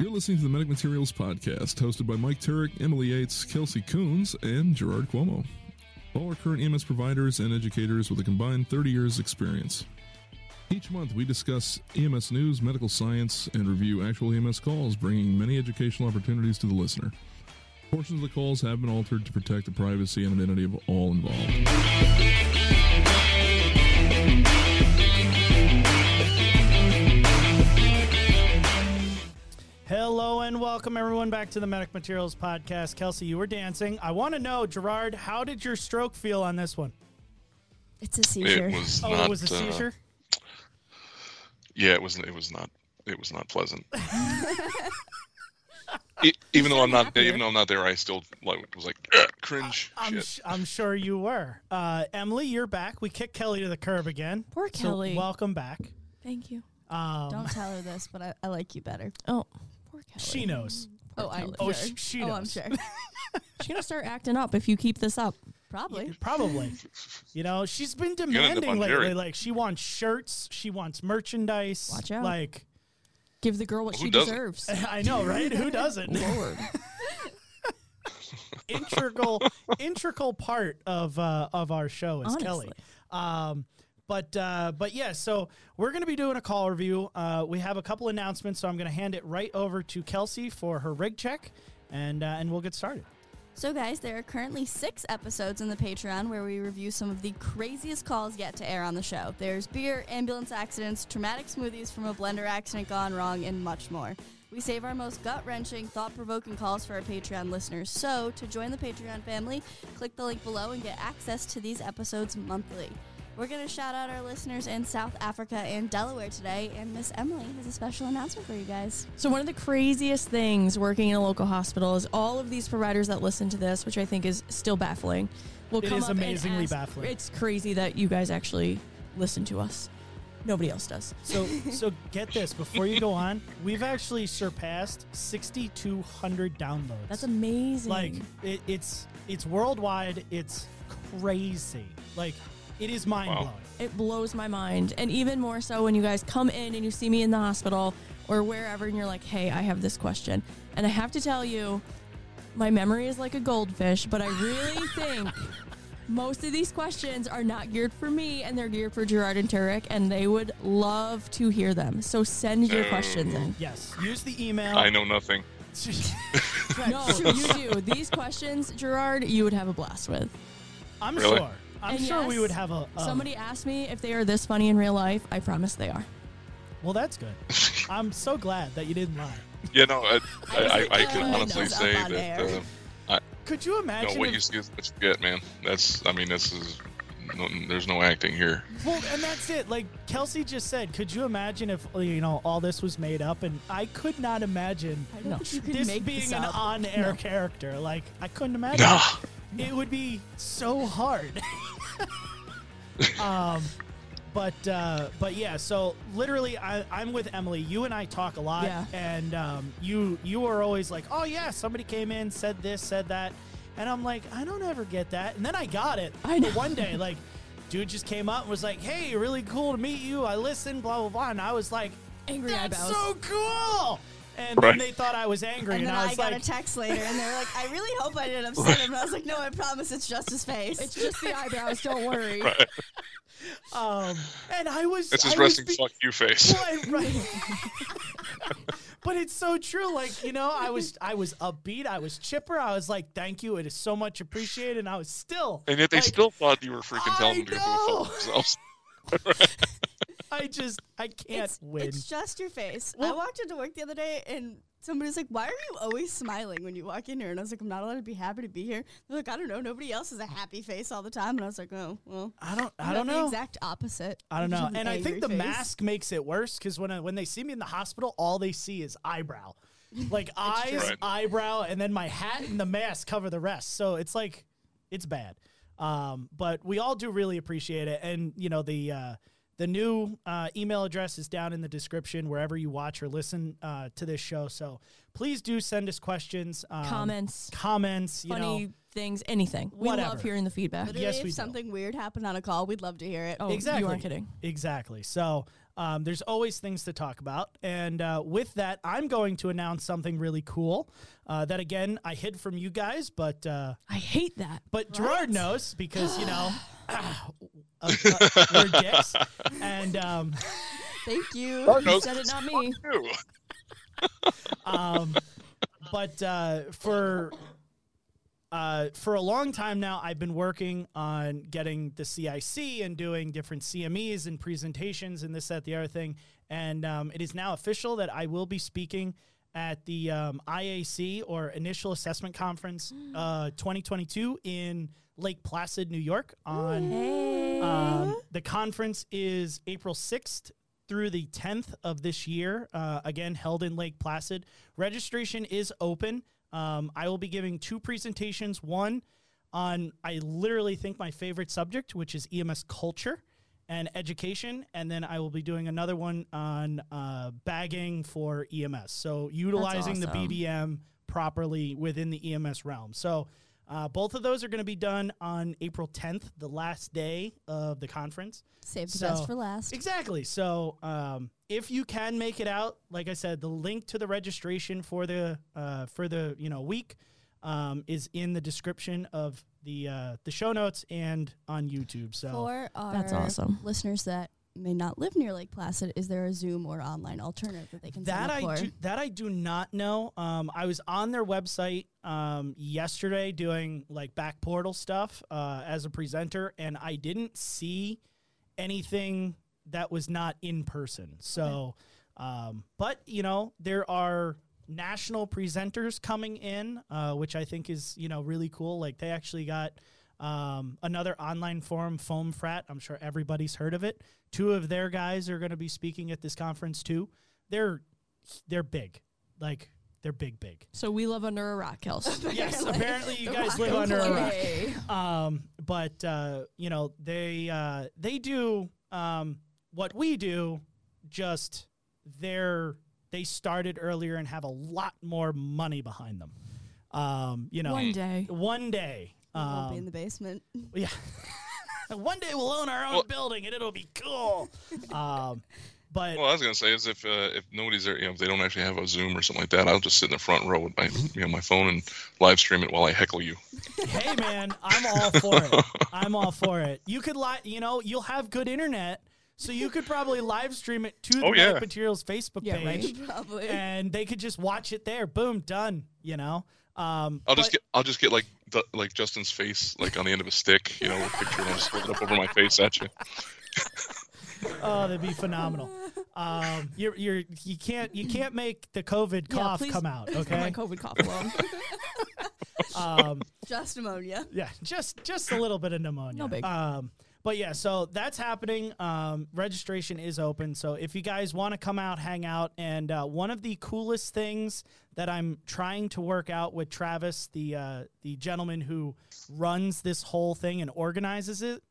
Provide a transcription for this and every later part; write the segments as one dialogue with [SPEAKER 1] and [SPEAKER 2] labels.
[SPEAKER 1] listening to the Medic Materials Podcast, hosted by Mike Turek, Emily Yates, Kelsey Coons, and Gerard Cuomo. All are current EMS providers and educators with a combined 30 years' experience. Each month, we discuss EMS news, medical science, and review actual EMS calls, bringing many educational opportunities to the listener. Portions of the calls have been altered to protect the privacy and identity of all involved.
[SPEAKER 2] Hello and welcome everyone back to the Medic Materials Podcast. Kelsey, you were dancing. I want to know, Gerard, how did your stroke feel on this one?
[SPEAKER 3] It's a seizure.
[SPEAKER 4] It was
[SPEAKER 2] Oh,
[SPEAKER 4] not.
[SPEAKER 2] it was a
[SPEAKER 4] uh,
[SPEAKER 2] seizure.
[SPEAKER 4] yeah, it was. It was not. It was not pleasant. E- even though I'm not, even though I'm not there, I still like was like "Ugh, cringe.
[SPEAKER 2] I'm
[SPEAKER 4] shit.
[SPEAKER 2] sh- I'm sure you were. Uh, Emily, you're back. We kicked Kelly to the curb again.
[SPEAKER 5] Poor
[SPEAKER 2] So
[SPEAKER 5] Kelly.
[SPEAKER 2] welcome back.
[SPEAKER 3] Thank you.
[SPEAKER 2] Um,
[SPEAKER 3] Don't tell her this, but I, I like you better.
[SPEAKER 5] Oh,
[SPEAKER 3] Poor Kelly.
[SPEAKER 2] she knows.
[SPEAKER 3] Oh, I'm
[SPEAKER 2] Oh,
[SPEAKER 3] sure.
[SPEAKER 2] sh- she
[SPEAKER 3] oh, I'm
[SPEAKER 2] knows.
[SPEAKER 3] sure.
[SPEAKER 5] she's gonna start acting up if you keep this up.
[SPEAKER 3] Probably.
[SPEAKER 2] Probably. You know, she's been
[SPEAKER 4] gonna end up
[SPEAKER 2] demanding
[SPEAKER 4] on
[SPEAKER 2] lately.
[SPEAKER 4] Jerry.
[SPEAKER 2] Like she wants shirts, she wants merchandise.
[SPEAKER 5] Watch out.
[SPEAKER 2] Like
[SPEAKER 5] Give the girl what
[SPEAKER 4] Who
[SPEAKER 5] she
[SPEAKER 4] doesn't?
[SPEAKER 5] deserves.
[SPEAKER 2] I know, right? Who doesn't?
[SPEAKER 5] Lord,
[SPEAKER 2] integral integral part of uh, of our show is
[SPEAKER 5] Honestly.
[SPEAKER 2] Kelly. Um, but uh, but yeah, so we're gonna be doing a call review. Uh, we have a couple announcements, so I'm gonna hand it right over to Kelsey for her rig check, and uh, and we'll get started.
[SPEAKER 3] So, guys, there are currently six episodes in the Patreon where we review some of the craziest calls yet to air on the show. There's beer, ambulance accidents, traumatic smoothies from a blender accident gone wrong, and much more. We save our most gut wrenching, thought provoking calls for our Patreon listeners. So, to join the Patreon family, click the link below and get access to these episodes monthly. We're going to shout out our listeners in South Africa and Delaware today, and Miss Emily has a special announcement for you guys.
[SPEAKER 5] So one of the craziest things working in a local hospital is all of these providers that listen to this, which I think is still baffling. Will
[SPEAKER 2] It
[SPEAKER 5] come
[SPEAKER 2] is
[SPEAKER 5] up and
[SPEAKER 2] amazingly
[SPEAKER 5] ask-
[SPEAKER 2] baffling.
[SPEAKER 5] It's crazy that you guys actually listen to us. Nobody else does.
[SPEAKER 2] So so get this before you go on, we've actually surpassed 6,200 downloads.
[SPEAKER 5] That's amazing.
[SPEAKER 2] like it, it's it's worldwide. It's crazy. Like it is mind blowing.
[SPEAKER 5] it blows my mind, and even more so when you guys come in and you see me in the hospital or wherever, and you're like, "Hey, I have this question," and I have to tell you, my memory is like a goldfish, but I really think. Most of these questions are not geared for me, and they're geared for Gerard and Turek, and they would love to hear them. So send your
[SPEAKER 2] Oh.
[SPEAKER 4] No.
[SPEAKER 5] questions in.
[SPEAKER 2] Yes, use the email.
[SPEAKER 4] I know nothing.
[SPEAKER 5] No, you do. These questions, Gerard, you would have a blast with.
[SPEAKER 2] I'm
[SPEAKER 4] Really?
[SPEAKER 2] sure. I'm
[SPEAKER 5] And
[SPEAKER 2] sure we
[SPEAKER 5] yes,
[SPEAKER 2] would have a, um, a-
[SPEAKER 5] Somebody asked me if they are this funny in real life. I promise they are.
[SPEAKER 2] Well, that's good. I'm so glad that you didn't lie.
[SPEAKER 4] Yeah, no, I, I, I, I
[SPEAKER 3] uh,
[SPEAKER 4] can honestly
[SPEAKER 3] nose up
[SPEAKER 4] say
[SPEAKER 3] on
[SPEAKER 4] that.
[SPEAKER 3] air.
[SPEAKER 4] Uh,
[SPEAKER 2] Could you imagine?
[SPEAKER 4] no, what
[SPEAKER 2] if-
[SPEAKER 4] you see is what you get, man. That's. I mean, this is. No, there's no acting here.
[SPEAKER 2] well, and that's it. Like Kelsey just said, could you imagine if uh, you know all this was made up? And I could not imagine
[SPEAKER 3] I don't
[SPEAKER 5] No.
[SPEAKER 3] think you can
[SPEAKER 2] this
[SPEAKER 3] make
[SPEAKER 2] being
[SPEAKER 3] this
[SPEAKER 2] an
[SPEAKER 3] up.
[SPEAKER 2] on-air character. Like I couldn't imagine.
[SPEAKER 4] Nah.
[SPEAKER 2] It would be so hard. um, but uh, but yeah. So literally, I, I'm with Emily. You and I talk a lot,
[SPEAKER 5] Yeah.
[SPEAKER 2] and um, you you are always like, oh yeah, somebody came in, said this, said that, and I'm like, I don't ever get that. And then I got it.
[SPEAKER 5] I
[SPEAKER 2] But
[SPEAKER 5] know.
[SPEAKER 2] one day, like, dude just came up and was like, hey, really cool to meet you. I listened, blah blah blah, and I was like,
[SPEAKER 5] Angry
[SPEAKER 2] that's
[SPEAKER 5] eyebrows.
[SPEAKER 2] so cool. And then
[SPEAKER 4] Right.
[SPEAKER 2] they thought I was angry,
[SPEAKER 3] And
[SPEAKER 2] and,
[SPEAKER 3] then
[SPEAKER 2] I
[SPEAKER 3] I,
[SPEAKER 2] was
[SPEAKER 3] got
[SPEAKER 2] like,
[SPEAKER 3] a text later, and they were like, "I really hope I didn't upset him." And I was like, "No, I promise, it's just his face."
[SPEAKER 5] It's just the eyebrows. Don't worry.
[SPEAKER 2] um, and I was.
[SPEAKER 4] It's his
[SPEAKER 2] I was
[SPEAKER 4] resting
[SPEAKER 2] be-
[SPEAKER 4] fuck you face.
[SPEAKER 2] Well, and right. but it's so true. Like you know, I was I was upbeat. I was chipper. I was like, "Thank you. It is so much appreciated." And I was still.
[SPEAKER 4] And yet they
[SPEAKER 2] like,
[SPEAKER 4] still thought you were freaking telling
[SPEAKER 2] I
[SPEAKER 4] them to go fuck
[SPEAKER 2] know.
[SPEAKER 4] themselves.
[SPEAKER 2] I just I can't
[SPEAKER 3] it's,
[SPEAKER 2] win.
[SPEAKER 3] it's just your face. I
[SPEAKER 2] Well-
[SPEAKER 3] walked into work the other day, and somebody's like, "Why are you always smiling when you walk in here?" And I was like, "I'm not allowed to be happy to be here." They're like, "I don't know. Nobody else has a happy face all the time." And I was like, "Oh, well."
[SPEAKER 2] I don't.
[SPEAKER 3] you
[SPEAKER 2] I don't
[SPEAKER 3] have
[SPEAKER 2] know.
[SPEAKER 3] The exact opposite.
[SPEAKER 2] I don't know.
[SPEAKER 3] You just have
[SPEAKER 2] And
[SPEAKER 3] an
[SPEAKER 2] I think
[SPEAKER 3] angry
[SPEAKER 2] the
[SPEAKER 3] face.
[SPEAKER 2] mask makes it worse because when I, when they see me in the hospital, all they see is eyebrow, like eyes,
[SPEAKER 4] Right.
[SPEAKER 2] eyebrow, and then my hat and the mask cover the rest. So it's like it's bad. Um, but we all do really appreciate it, and you know the. Uh, The new uh, email address is down in the description wherever you watch or listen uh, to this show. So please do send us questions, um,
[SPEAKER 5] Comments.
[SPEAKER 2] comments, you
[SPEAKER 5] funny
[SPEAKER 2] know,
[SPEAKER 5] things, anything. We
[SPEAKER 2] Whatever.
[SPEAKER 5] love hearing the feedback.
[SPEAKER 3] Literally,
[SPEAKER 2] Yes, we
[SPEAKER 3] if
[SPEAKER 2] do.
[SPEAKER 3] something weird happened on a call, we'd love to hear it.
[SPEAKER 5] Oh,
[SPEAKER 2] exactly.
[SPEAKER 5] you aren't kidding.
[SPEAKER 2] Exactly. So um, there's always things to talk about. And uh, with that, I'm going to announce something really cool uh, that, again, I hid from you guys, but uh,
[SPEAKER 5] I hate that.
[SPEAKER 2] but Gerard knows because, you know, uh, uh, we're dicks. And um,
[SPEAKER 5] Thank you.
[SPEAKER 2] Oh.
[SPEAKER 4] no.
[SPEAKER 5] You said it, not me.
[SPEAKER 4] Ew.
[SPEAKER 2] um, but uh, for uh, for a long time now, I've been working on getting the CIC and doing different CMEs and presentations and this, that, the other thing. And um, it is now official that I will be speaking at the um, IAC or Initial Assessment Conference uh, 2022 in Lake Placid, New York. On um, the conference is April 6th through the 10th of this year, uh, again, held in Lake Placid. Registration is open. Um, I will be giving two presentations one on, I literally think, my favorite subject, which is EMS culture and education. And then I will be doing another one on uh, bagging for EMS. So utilizing the
[SPEAKER 5] awesome.
[SPEAKER 2] BDM properly within the EMS realm. So uh, both of those are going to be done on April 10th, the last day of the conference.
[SPEAKER 3] Save the
[SPEAKER 2] So-
[SPEAKER 3] best for last.
[SPEAKER 2] Exactly. So, um, if you can make it out, like I said, the link to the registration for the uh, for the you know week um, is in the description of the uh, the show notes and on YouTube. So
[SPEAKER 3] For our
[SPEAKER 5] That's awesome.
[SPEAKER 3] listeners that may not live near Lake Placid, is there a Zoom or online alternative that they can sign
[SPEAKER 2] that
[SPEAKER 3] up
[SPEAKER 2] I
[SPEAKER 3] for?
[SPEAKER 2] do, that I do not know. Um, I was on their website um, yesterday doing like back portal stuff uh, as a presenter, and I didn't see anything that was not in person. So, um, but you know, there are national presenters coming in, uh, which I think is you know really cool. Like they actually got um, another online forum, Foam Frat. I'm sure everybody's heard of it. Two of their guys are going to be speaking at this conference too. They're they're big, like they're big, big.
[SPEAKER 5] So we live under a rock, Kels.
[SPEAKER 2] Yes, apparently you
[SPEAKER 3] The
[SPEAKER 2] guys
[SPEAKER 3] rock
[SPEAKER 2] live
[SPEAKER 3] and
[SPEAKER 2] under a rock
[SPEAKER 3] play.
[SPEAKER 2] um, but uh, you know they uh, they do um, what we do just they're they started earlier and have a lot more money behind them um, you know
[SPEAKER 5] One day.
[SPEAKER 2] one day
[SPEAKER 3] We won't be
[SPEAKER 2] um,
[SPEAKER 3] in the basement.
[SPEAKER 2] yeah. one day we'll own our own
[SPEAKER 4] Well-
[SPEAKER 2] building and it'll be cool um, but
[SPEAKER 4] Well, I was gonna say is if uh, if nobody's there, you know, if they don't actually have a Zoom or something like that, I'll just sit in the front row with my you know my phone and live stream it while I heckle you.
[SPEAKER 2] hey man, I'm all for it. I'm all for it. You could li you know, you'll have good internet, so you could probably live stream it to the
[SPEAKER 4] Oh,
[SPEAKER 2] Black
[SPEAKER 4] yeah.
[SPEAKER 2] Materials Facebook
[SPEAKER 5] Yeah, right.
[SPEAKER 2] page,
[SPEAKER 3] Probably.
[SPEAKER 2] and they could just watch it there. Boom, done. You know. Um,
[SPEAKER 4] I'll just
[SPEAKER 2] but-
[SPEAKER 4] get I'll just get like the, like Justin's face like on the end of a stick, you know, with a picture and I'll just hold it up over my face at you.
[SPEAKER 2] oh, that'd be phenomenal. Um, you're you're you can't you can't make the COVID
[SPEAKER 5] Yeah,
[SPEAKER 2] cough
[SPEAKER 5] please
[SPEAKER 2] come out.
[SPEAKER 5] leave My
[SPEAKER 2] Okay.
[SPEAKER 5] COVID cough alone.
[SPEAKER 2] Um,
[SPEAKER 3] Just ammonia.
[SPEAKER 2] yeah, just just a little bit of pneumonia.
[SPEAKER 5] No big.
[SPEAKER 2] Um, but yeah, so that's happening. Um, registration is open, so if you guys want to come out, hang out, and uh, one of the coolest things that I'm trying to work out with Travis, the uh, the gentleman who runs this whole thing and organizes it,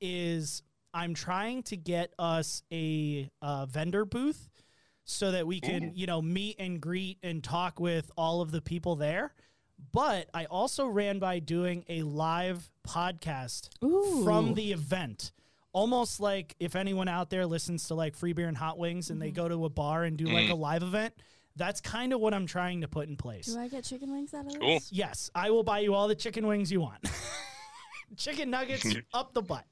[SPEAKER 2] is I'm trying to get us a uh, vendor booth so that we can, you know, meet and greet and talk with all of the people there. But I also ran by doing a live podcast
[SPEAKER 5] Ooh.
[SPEAKER 2] from the event. Almost like if anyone out there listens to like Free Beer and Hot Wings and they go to a bar and do
[SPEAKER 4] Mm.
[SPEAKER 2] like a live event, that's kind of what I'm trying to put in place.
[SPEAKER 3] Do I get chicken wings out of this?
[SPEAKER 4] Cool.
[SPEAKER 2] Yes, I will buy you all the chicken wings you want. chicken nuggets up the butt.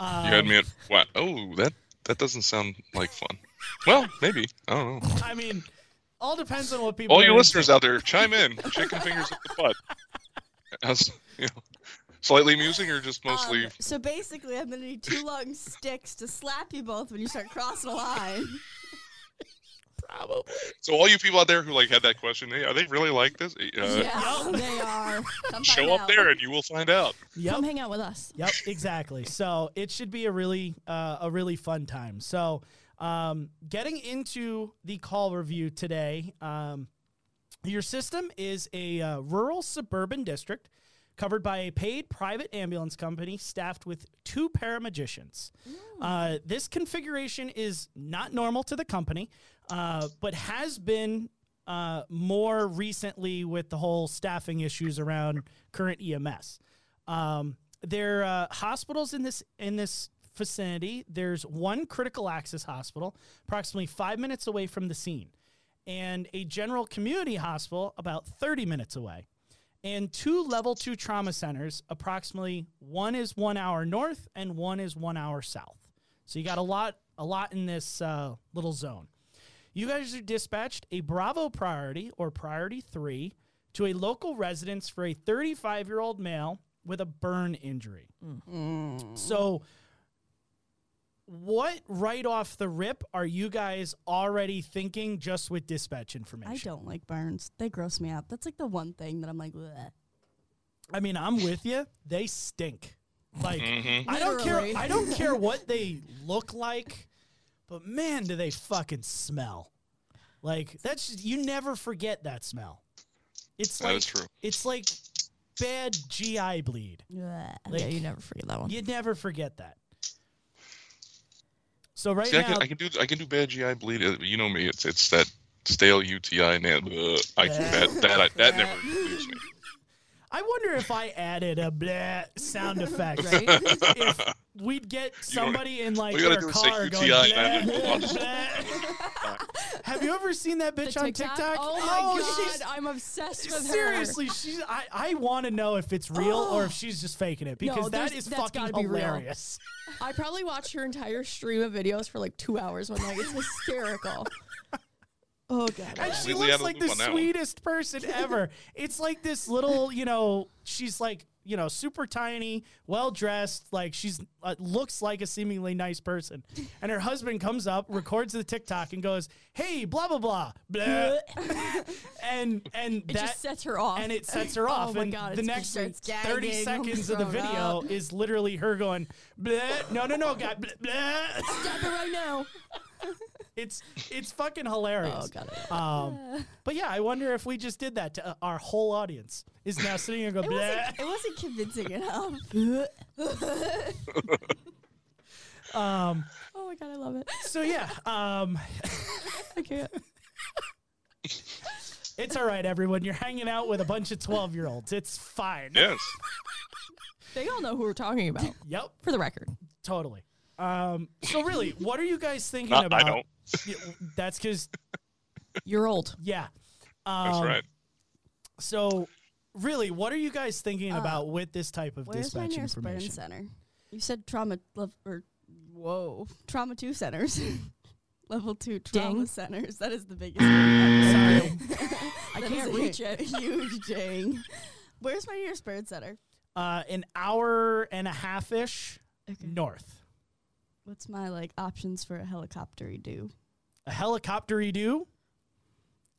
[SPEAKER 4] You had me at what? Oh, that that doesn't sound like fun. Well, maybe I don't know.
[SPEAKER 2] I mean, all depends on what people.
[SPEAKER 4] All you
[SPEAKER 2] are into.
[SPEAKER 4] listeners out there, chime in. Chicken fingers up the butt. How's- you know, slightly amusing or just mostly?
[SPEAKER 3] Um, so basically, I'm gonna need two long sticks to slap you both when you start crossing a line.
[SPEAKER 4] so all you people out there who like had that question, hey, are they really like this? Uh,
[SPEAKER 3] yeah,
[SPEAKER 2] Yup.
[SPEAKER 3] they are. Come
[SPEAKER 4] Show
[SPEAKER 3] find
[SPEAKER 4] up
[SPEAKER 3] out.
[SPEAKER 4] there and you will find out.
[SPEAKER 2] Yep.
[SPEAKER 5] Come hang out with us.
[SPEAKER 2] Yep, exactly. So it should be a really uh, a really fun time. So um, getting into the call review today, um, your system is a uh, rural suburban district covered by a paid private ambulance company staffed with two paramagicians. Uh, this configuration is not normal to the company, uh, but has been uh, more recently with the whole staffing issues around current E EMS. Um, there are uh, hospitals in this in this vicinity. There's one critical access hospital, approximately five minutes away from the scene, and a general community hospital about 30 minutes away, and two level two trauma centers. Approximately one is one hour north and one is one hour south. So you got a lot a lot in this uh, little zone. You guys are dispatched a Bravo priority or priority three to a local residence for a 35 year old male with a burn injury. So, what right off the rip are you guys already thinking just with dispatch information?
[SPEAKER 3] I don't like burns. They gross me out. That's like the one thing that I'm like, Bleh.
[SPEAKER 2] I mean, I'm with you. They stink. Like
[SPEAKER 4] Mm-hmm.
[SPEAKER 2] I don't care.
[SPEAKER 5] Literally.
[SPEAKER 2] I don't care what they look like, but man, do they fucking smell! Like that's just, you never forget that smell. It's
[SPEAKER 4] That
[SPEAKER 2] like
[SPEAKER 4] is true.
[SPEAKER 2] it's like bad GI bleed.
[SPEAKER 3] Bleh.
[SPEAKER 5] yeah, you never forget that one.
[SPEAKER 2] You never forget that. So right
[SPEAKER 4] See, I
[SPEAKER 2] now,
[SPEAKER 4] can, I can do I can do bad GI bleed. Uh, You know me. It's it's that stale UTI. And, uh, I that that I, that never leaves me.
[SPEAKER 2] I wonder if I added a bleh sound effect,
[SPEAKER 5] Right?
[SPEAKER 2] if we'd get somebody in like
[SPEAKER 4] all you gotta
[SPEAKER 2] their
[SPEAKER 4] do is say
[SPEAKER 2] car going.
[SPEAKER 4] UTI, and
[SPEAKER 2] "Bleh,
[SPEAKER 4] I'll
[SPEAKER 2] bleh,
[SPEAKER 4] just-
[SPEAKER 2] bleh." Have you ever seen that
[SPEAKER 5] The
[SPEAKER 2] bitch on TikTok?
[SPEAKER 5] Oh my god,
[SPEAKER 2] she's-
[SPEAKER 5] I'm obsessed with her.
[SPEAKER 2] Seriously, she's. I, I want to know if it's real or if she's just faking it because that
[SPEAKER 5] there's-
[SPEAKER 2] is
[SPEAKER 5] that's
[SPEAKER 2] fucking
[SPEAKER 5] gotta be real.
[SPEAKER 2] hilarious.
[SPEAKER 5] I probably watched her entire stream of videos for like two hours one night. It's hysterical. oh god.
[SPEAKER 2] And she
[SPEAKER 4] Completely out
[SPEAKER 2] looks
[SPEAKER 4] of
[SPEAKER 2] like
[SPEAKER 4] the
[SPEAKER 2] the
[SPEAKER 4] loop on that one.
[SPEAKER 2] sweetest person ever. it's like this little, you know, she's like, you know, super tiny, well dressed, like she's uh, looks like a seemingly nice person. And her husband comes up, records the TikTok, and goes, "Hey, blah blah blah, blah," and and
[SPEAKER 5] it
[SPEAKER 2] that
[SPEAKER 5] just sets her off. Oh
[SPEAKER 2] and it sets her off.
[SPEAKER 5] my
[SPEAKER 2] and
[SPEAKER 5] God,
[SPEAKER 2] the
[SPEAKER 5] it's-
[SPEAKER 2] next
[SPEAKER 5] she starts
[SPEAKER 2] 30
[SPEAKER 5] gagging,
[SPEAKER 2] seconds of the
[SPEAKER 5] throwing
[SPEAKER 2] video
[SPEAKER 5] up.
[SPEAKER 2] is literally her going, bleh, no, no, no, God, bleh, bleh."
[SPEAKER 5] Stop it right now.
[SPEAKER 2] It's, it's fucking hilarious.
[SPEAKER 5] Oh god.
[SPEAKER 2] Um, but yeah, I wonder if we just did that to uh, our whole audience is now sitting here going,
[SPEAKER 3] It wasn't,
[SPEAKER 2] bleh.
[SPEAKER 3] it wasn't convincing enough.
[SPEAKER 2] Um,
[SPEAKER 5] Oh my god, I love it.
[SPEAKER 2] so yeah, um,
[SPEAKER 5] I can't.
[SPEAKER 2] it's all right, everyone. You're hanging out with a bunch of 12 year olds. It's fine.
[SPEAKER 4] Yes.
[SPEAKER 5] They all know who we're talking about.
[SPEAKER 2] Yep,
[SPEAKER 5] For the record.
[SPEAKER 2] totally. Um, so really, what are you guys thinking
[SPEAKER 4] Not- I
[SPEAKER 2] about?
[SPEAKER 4] don't.
[SPEAKER 2] Yeah, That's because,
[SPEAKER 5] You're old.
[SPEAKER 2] yeah. Um,
[SPEAKER 4] That's right.
[SPEAKER 2] So, really, what are you guys thinking about with this type of
[SPEAKER 3] Where's my
[SPEAKER 2] dispatch
[SPEAKER 3] nearest burn
[SPEAKER 2] information?
[SPEAKER 3] center? You said trauma level or whoa trauma two centers, level two trauma
[SPEAKER 5] Ding.
[SPEAKER 3] centers. That is the biggest. Sorry,
[SPEAKER 5] I
[SPEAKER 3] That
[SPEAKER 5] can't
[SPEAKER 3] is a
[SPEAKER 5] reach it.
[SPEAKER 3] Huge ding. Where's my nearest burn center?
[SPEAKER 2] Uh, an hour and a half ish
[SPEAKER 3] Okay.
[SPEAKER 2] north.
[SPEAKER 3] What's my like options for a helicopter do?
[SPEAKER 2] A helicopter you do?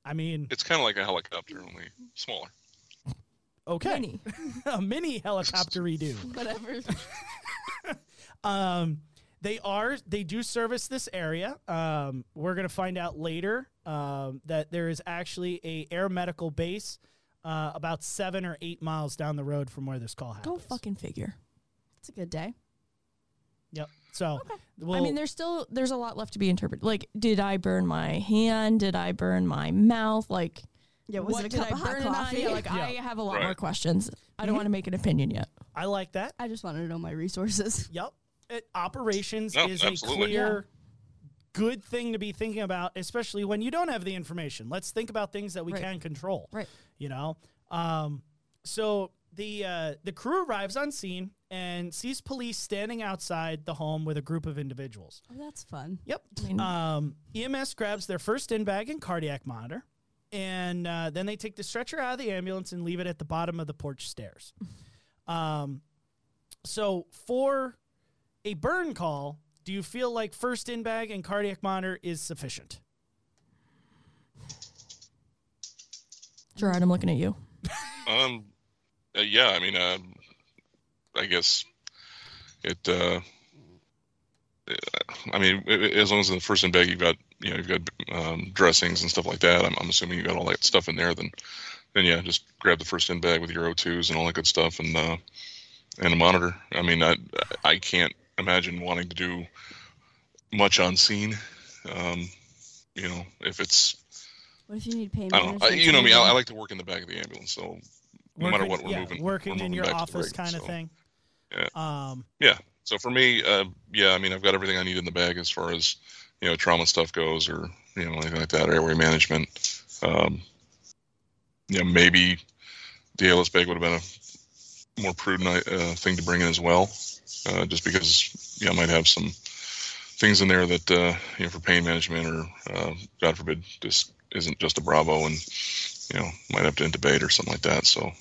[SPEAKER 2] I mean,
[SPEAKER 4] It's kind of like a helicopter, only smaller.
[SPEAKER 2] okay,
[SPEAKER 5] Penny.
[SPEAKER 2] a mini helicopter redo.
[SPEAKER 3] Whatever.
[SPEAKER 2] Um, they are they do service this area. Um, we're gonna find out later um, that there is actually a air medical base uh, about seven or eight miles down the road from where this call
[SPEAKER 5] Go
[SPEAKER 2] happens.
[SPEAKER 5] fucking figure.
[SPEAKER 3] It's a good day.
[SPEAKER 2] Yep. So we'll,
[SPEAKER 5] I mean, there's still there's a lot left to be interpreted. Like, did I burn my hand? Did I burn my mouth? Like,
[SPEAKER 3] Yeah, was
[SPEAKER 5] what
[SPEAKER 3] it a
[SPEAKER 5] did
[SPEAKER 3] cup
[SPEAKER 5] I
[SPEAKER 3] of hot
[SPEAKER 5] burn it on?
[SPEAKER 3] coffee? Mm-hmm.
[SPEAKER 5] Yeah, like, I
[SPEAKER 2] Yeah.
[SPEAKER 5] have a lot
[SPEAKER 4] Right.
[SPEAKER 5] more questions. I don't want to make an opinion yet.
[SPEAKER 2] I like that.
[SPEAKER 3] I just wanted to know my resources.
[SPEAKER 2] Yep. It, operations
[SPEAKER 4] No,
[SPEAKER 2] is a
[SPEAKER 4] absolutely.
[SPEAKER 2] clear good thing to be thinking about, especially when you don't have the information. Let's think about things that we
[SPEAKER 5] Right.
[SPEAKER 2] can control.
[SPEAKER 5] Right.
[SPEAKER 2] You know? Um, so the uh, the crew arrives on scene and sees police standing outside the home with a group of individuals.
[SPEAKER 3] Oh, that's fun.
[SPEAKER 2] Yep.
[SPEAKER 5] I mean-
[SPEAKER 3] Uh,
[SPEAKER 2] Um, EMS grabs their first in bag and cardiac monitor, and uh, then they take the stretcher out of the ambulance and leave it at the bottom of the porch stairs. Um, so for a burn call, do you feel like first in bag and cardiac monitor is sufficient?
[SPEAKER 5] Gerard, I'm looking at you.
[SPEAKER 4] Um, uh, yeah. I mean, um, I guess it. Uh, uh, I mean, i- i- as long as in the first and bag you've got you know you've got um, dressings and stuff like that. I'm, I'm assuming you got all that stuff in there. Then then yeah, just grab the first in bag with your O2s and all that good stuff, and uh, and a monitor. I mean, I I can't imagine wanting to do much on scene. Um, you know, if it's
[SPEAKER 3] What if you need pain
[SPEAKER 4] I don't know, I,
[SPEAKER 3] management
[SPEAKER 4] you know me, I, I
[SPEAKER 3] training?
[SPEAKER 4] like to work in the back of the ambulance, so no matter what, we're
[SPEAKER 2] yeah,
[SPEAKER 4] moving.
[SPEAKER 2] working
[SPEAKER 4] we're
[SPEAKER 2] in
[SPEAKER 4] moving
[SPEAKER 2] your
[SPEAKER 4] back to the
[SPEAKER 2] office
[SPEAKER 4] rig,
[SPEAKER 2] kind of
[SPEAKER 4] so.
[SPEAKER 2] thing.
[SPEAKER 4] Yeah.
[SPEAKER 2] Um,
[SPEAKER 4] Yeah. So for me, uh, yeah, I mean, I've got everything I need in the bag as far as you know trauma stuff goes, or you know anything like that, or airway management. Um, you know, maybe the ALS bag would have been a more prudent uh, thing to bring in as well, uh, just because you know, I might have some things in there that uh, you know for pain management, or uh, God forbid, just isn't just a Bravo, and you know might have to intubate or something like that. So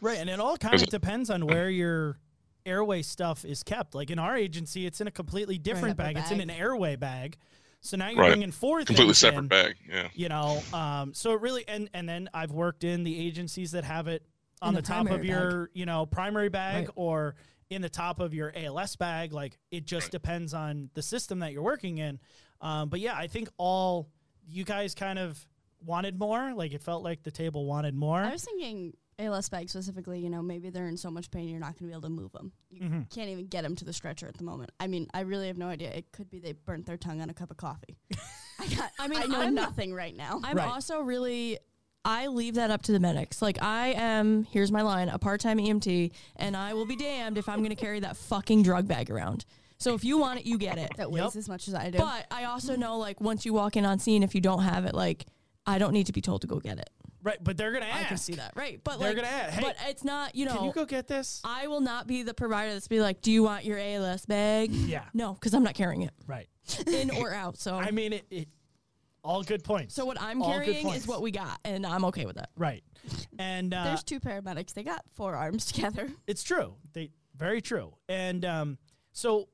[SPEAKER 2] right, and it all kind
[SPEAKER 4] Is
[SPEAKER 2] of
[SPEAKER 4] it-
[SPEAKER 2] depends on where your airway stuff is kept. Like in our agency, it's in a completely different
[SPEAKER 3] up a
[SPEAKER 2] bag. It's in
[SPEAKER 3] bag.
[SPEAKER 2] an airway bag. So now you're
[SPEAKER 4] Right.
[SPEAKER 2] bringing four
[SPEAKER 4] completely
[SPEAKER 2] things
[SPEAKER 4] separate
[SPEAKER 2] in.
[SPEAKER 4] bag. Yeah.
[SPEAKER 2] you know um, so it really and and then i've worked in the agencies that have it on
[SPEAKER 5] In
[SPEAKER 2] the,
[SPEAKER 5] the
[SPEAKER 2] top of
[SPEAKER 5] primary
[SPEAKER 2] your you know primary bag
[SPEAKER 5] Right.
[SPEAKER 2] or in the top of your als bag like it just
[SPEAKER 4] Right.
[SPEAKER 2] depends on the system that you're working in um, but yeah i think all you guys kind of wanted more like it felt like the table wanted
[SPEAKER 3] I
[SPEAKER 2] more
[SPEAKER 3] was thinking ALS bag specifically, you know, maybe they're in so much pain you're not going to be able to move them. You
[SPEAKER 2] Mhm.
[SPEAKER 3] can't even get them to the stretcher at the moment. I mean, I really have no idea. It could be they burnt their tongue on a cup of coffee. I, got, I
[SPEAKER 5] I mean,
[SPEAKER 3] mean, I know
[SPEAKER 5] I'm-
[SPEAKER 3] nothing right now.
[SPEAKER 5] I'm
[SPEAKER 2] Right.
[SPEAKER 5] also really I leave that up to the medics. Like I am, here's my line, a part-time EMT, and I will be damned if I'm going to carry that fucking drug bag around. So if you want it, you get it.
[SPEAKER 3] that weighs
[SPEAKER 2] Yep.
[SPEAKER 3] as much as I do.
[SPEAKER 5] But I also know like once you walk in on scene if you don't have it like I don't need to be told to go get it.
[SPEAKER 2] right but they're gonna ask
[SPEAKER 5] I can see that. Right. But
[SPEAKER 2] They're
[SPEAKER 5] like
[SPEAKER 2] gonna ask, "Hey,
[SPEAKER 5] but it's not, you know,
[SPEAKER 2] can you go get this
[SPEAKER 5] I will not be the provider that's be like, "Do you want your ALS bag?"
[SPEAKER 2] yeah
[SPEAKER 5] No, cuz I'm not carrying it
[SPEAKER 2] right
[SPEAKER 5] in or out. So
[SPEAKER 2] i mean it, it all good points
[SPEAKER 5] so what I'm
[SPEAKER 2] all good
[SPEAKER 5] carrying
[SPEAKER 2] points.
[SPEAKER 5] is what we got and I'm okay with that.
[SPEAKER 2] right and uh,
[SPEAKER 3] There's two paramedics. They got four arms together.
[SPEAKER 2] It's true. They very true. And um, so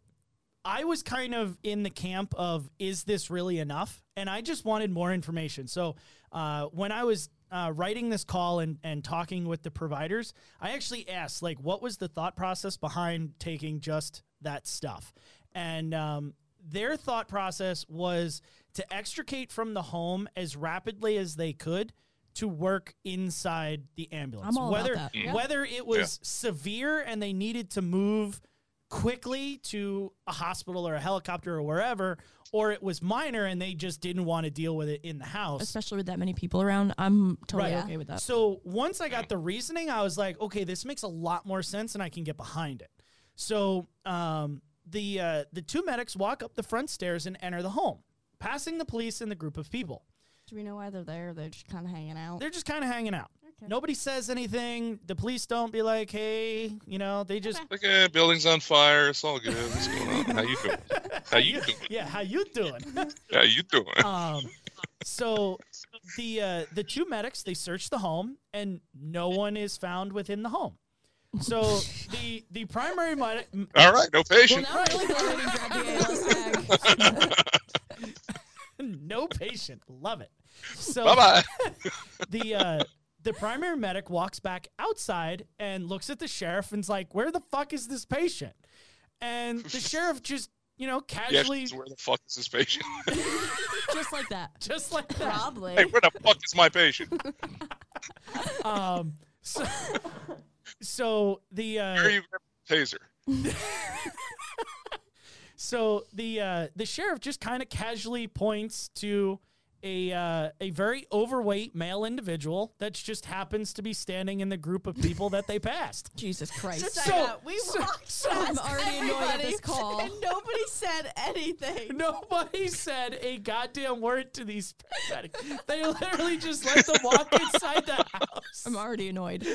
[SPEAKER 2] I was kind of in the camp of is this really enough? And I just wanted more information. So uh, when I was uh, writing this call and, and talking with the providers, I actually asked like what was the thought process behind taking just that stuff? And um, their thought process was to extricate from the home as rapidly as they could to work inside the ambulance.
[SPEAKER 5] I'm all about
[SPEAKER 2] whether
[SPEAKER 5] that. Yeah.
[SPEAKER 2] whether it was severe and they needed to move quickly to a hospital or a helicopter or wherever, or it was minor and they just didn't want to deal with it in the house.
[SPEAKER 5] especially with that many people around, I'm totally
[SPEAKER 3] Right.
[SPEAKER 5] okay with that.
[SPEAKER 2] So once I got the reasoning, I was like, okay, this makes a lot more sense, and I can get behind it. So um, the uh, the two medics walk up the front stairs and enter the home, passing the police and the group of people.
[SPEAKER 3] Do we know why they're there? They're just kind of hanging out.
[SPEAKER 2] They're just kind of hanging out.
[SPEAKER 3] Okay.
[SPEAKER 2] Nobody says anything. The police don't be like, hey, you know, they just
[SPEAKER 4] Like, eh, building's on fire. It's all good. What's going on? How you doing? How you doing?
[SPEAKER 2] yeah, how you doing?
[SPEAKER 4] How you doing?
[SPEAKER 2] um, so the uh, the two medics they search the home and no one is found within the home. So the the primary medic
[SPEAKER 4] All right, no
[SPEAKER 5] well,
[SPEAKER 4] patient.
[SPEAKER 5] now I'm really glad I didn't grab the ALS bag.
[SPEAKER 2] no patient love it. So
[SPEAKER 4] Bye bye.
[SPEAKER 2] the uh, the primary medic walks back outside and looks at the sheriff and's like, "Where the fuck is this patient?" And the sheriff just you know
[SPEAKER 4] Yeah,
[SPEAKER 2] casually
[SPEAKER 4] where the fuck is this patient?
[SPEAKER 5] Just like that.
[SPEAKER 2] just like that.
[SPEAKER 3] Probably.
[SPEAKER 4] hey, where the fuck is my patient?
[SPEAKER 2] Um, so so the uh,
[SPEAKER 4] Where are you grabbing the taser?
[SPEAKER 2] So the uh, the sheriff just kind of casually points to a uh, a very overweight male individual that just happens to be standing in the group of people that they passed.
[SPEAKER 5] Jesus Christ.
[SPEAKER 2] So-
[SPEAKER 3] So, we
[SPEAKER 2] so-
[SPEAKER 3] walked
[SPEAKER 2] so-
[SPEAKER 5] I'm
[SPEAKER 3] past
[SPEAKER 5] already annoyed at
[SPEAKER 3] everybody,
[SPEAKER 5] this call.
[SPEAKER 3] and nobody said anything.
[SPEAKER 2] Nobody said a goddamn word to these paramedics. They literally just let them walk inside the house.
[SPEAKER 5] I'm already annoyed.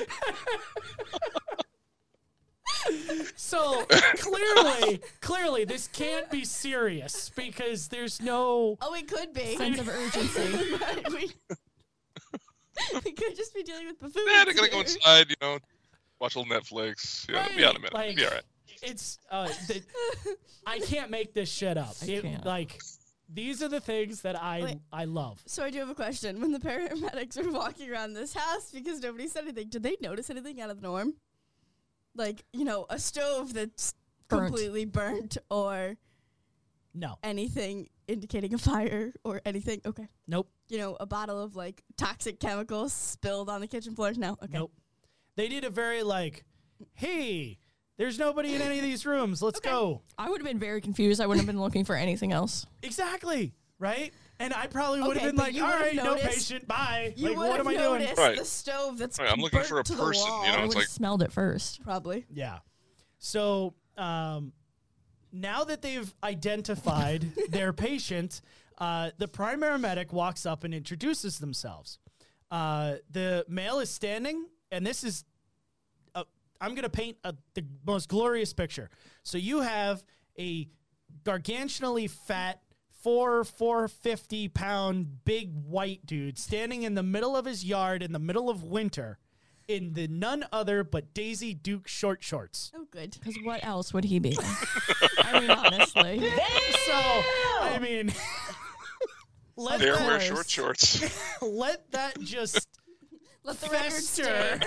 [SPEAKER 2] So clearly, clearly, this can't be serious because there's no
[SPEAKER 3] Oh, it could be.
[SPEAKER 5] Sense of urgency.
[SPEAKER 3] But we, we could just be dealing with buffoons.
[SPEAKER 4] Yeah, they're gonna go
[SPEAKER 3] here.
[SPEAKER 4] inside. You know, watch old Netflix. Yeah, be out in a minute.
[SPEAKER 2] Like-
[SPEAKER 4] be all right.
[SPEAKER 2] it's uh, the, I can't make this shit up.
[SPEAKER 5] I
[SPEAKER 2] It-
[SPEAKER 5] can't.
[SPEAKER 2] Like these are the things that I
[SPEAKER 3] Wait.
[SPEAKER 2] I love.
[SPEAKER 3] So I do have a question. When the paramedics were walking around this house because nobody said anything, did they notice anything out of the norm? Like, you know, a stove that's
[SPEAKER 5] Burnt.
[SPEAKER 3] completely burnt or
[SPEAKER 2] No,
[SPEAKER 3] anything indicating a fire or anything? Okay.
[SPEAKER 2] Nope.
[SPEAKER 3] You know, a bottle of like toxic chemicals spilled on the kitchen floor? No. Okay.
[SPEAKER 2] Nope. They did a very like, hey, there's nobody in any of these rooms. Let's go.
[SPEAKER 5] I would have been very confused. I wouldn't have been looking for anything else.
[SPEAKER 2] Exactly. Right. And I probably would have
[SPEAKER 3] Okay,
[SPEAKER 2] been
[SPEAKER 3] but
[SPEAKER 2] like,
[SPEAKER 3] you
[SPEAKER 2] all
[SPEAKER 3] would've
[SPEAKER 2] right, no
[SPEAKER 3] noticed-
[SPEAKER 2] patient. Bye.
[SPEAKER 3] You
[SPEAKER 2] like,
[SPEAKER 3] would
[SPEAKER 2] what am
[SPEAKER 3] have
[SPEAKER 2] I doing?
[SPEAKER 3] noticed
[SPEAKER 4] Right.
[SPEAKER 3] the stove that's
[SPEAKER 4] Right, I'm looking
[SPEAKER 3] burnt
[SPEAKER 4] for a
[SPEAKER 3] to the
[SPEAKER 4] person, you
[SPEAKER 3] wall.
[SPEAKER 4] know,
[SPEAKER 5] I would
[SPEAKER 4] it's
[SPEAKER 5] have
[SPEAKER 4] like-
[SPEAKER 5] smelled it first.
[SPEAKER 3] Probably.
[SPEAKER 2] Yeah. So um, now that they've identified their patient, uh, the primary medic walks up and introduces themselves. Uh, the male is standing, and this is. A, I'm going to paint a, the most glorious picture. So you have a gargantuanly fat. Four four fifty pound big white dude standing in the middle of his yard in the middle of winter, in the none other but Daisy Duke short shorts.
[SPEAKER 3] Oh, good.
[SPEAKER 5] Because what else would he be? I mean, honestly.
[SPEAKER 2] So I mean, let
[SPEAKER 4] They
[SPEAKER 2] that,
[SPEAKER 4] wear
[SPEAKER 5] course.
[SPEAKER 4] short shorts.
[SPEAKER 2] let that just
[SPEAKER 3] Let the record
[SPEAKER 2] fester.
[SPEAKER 3] stir.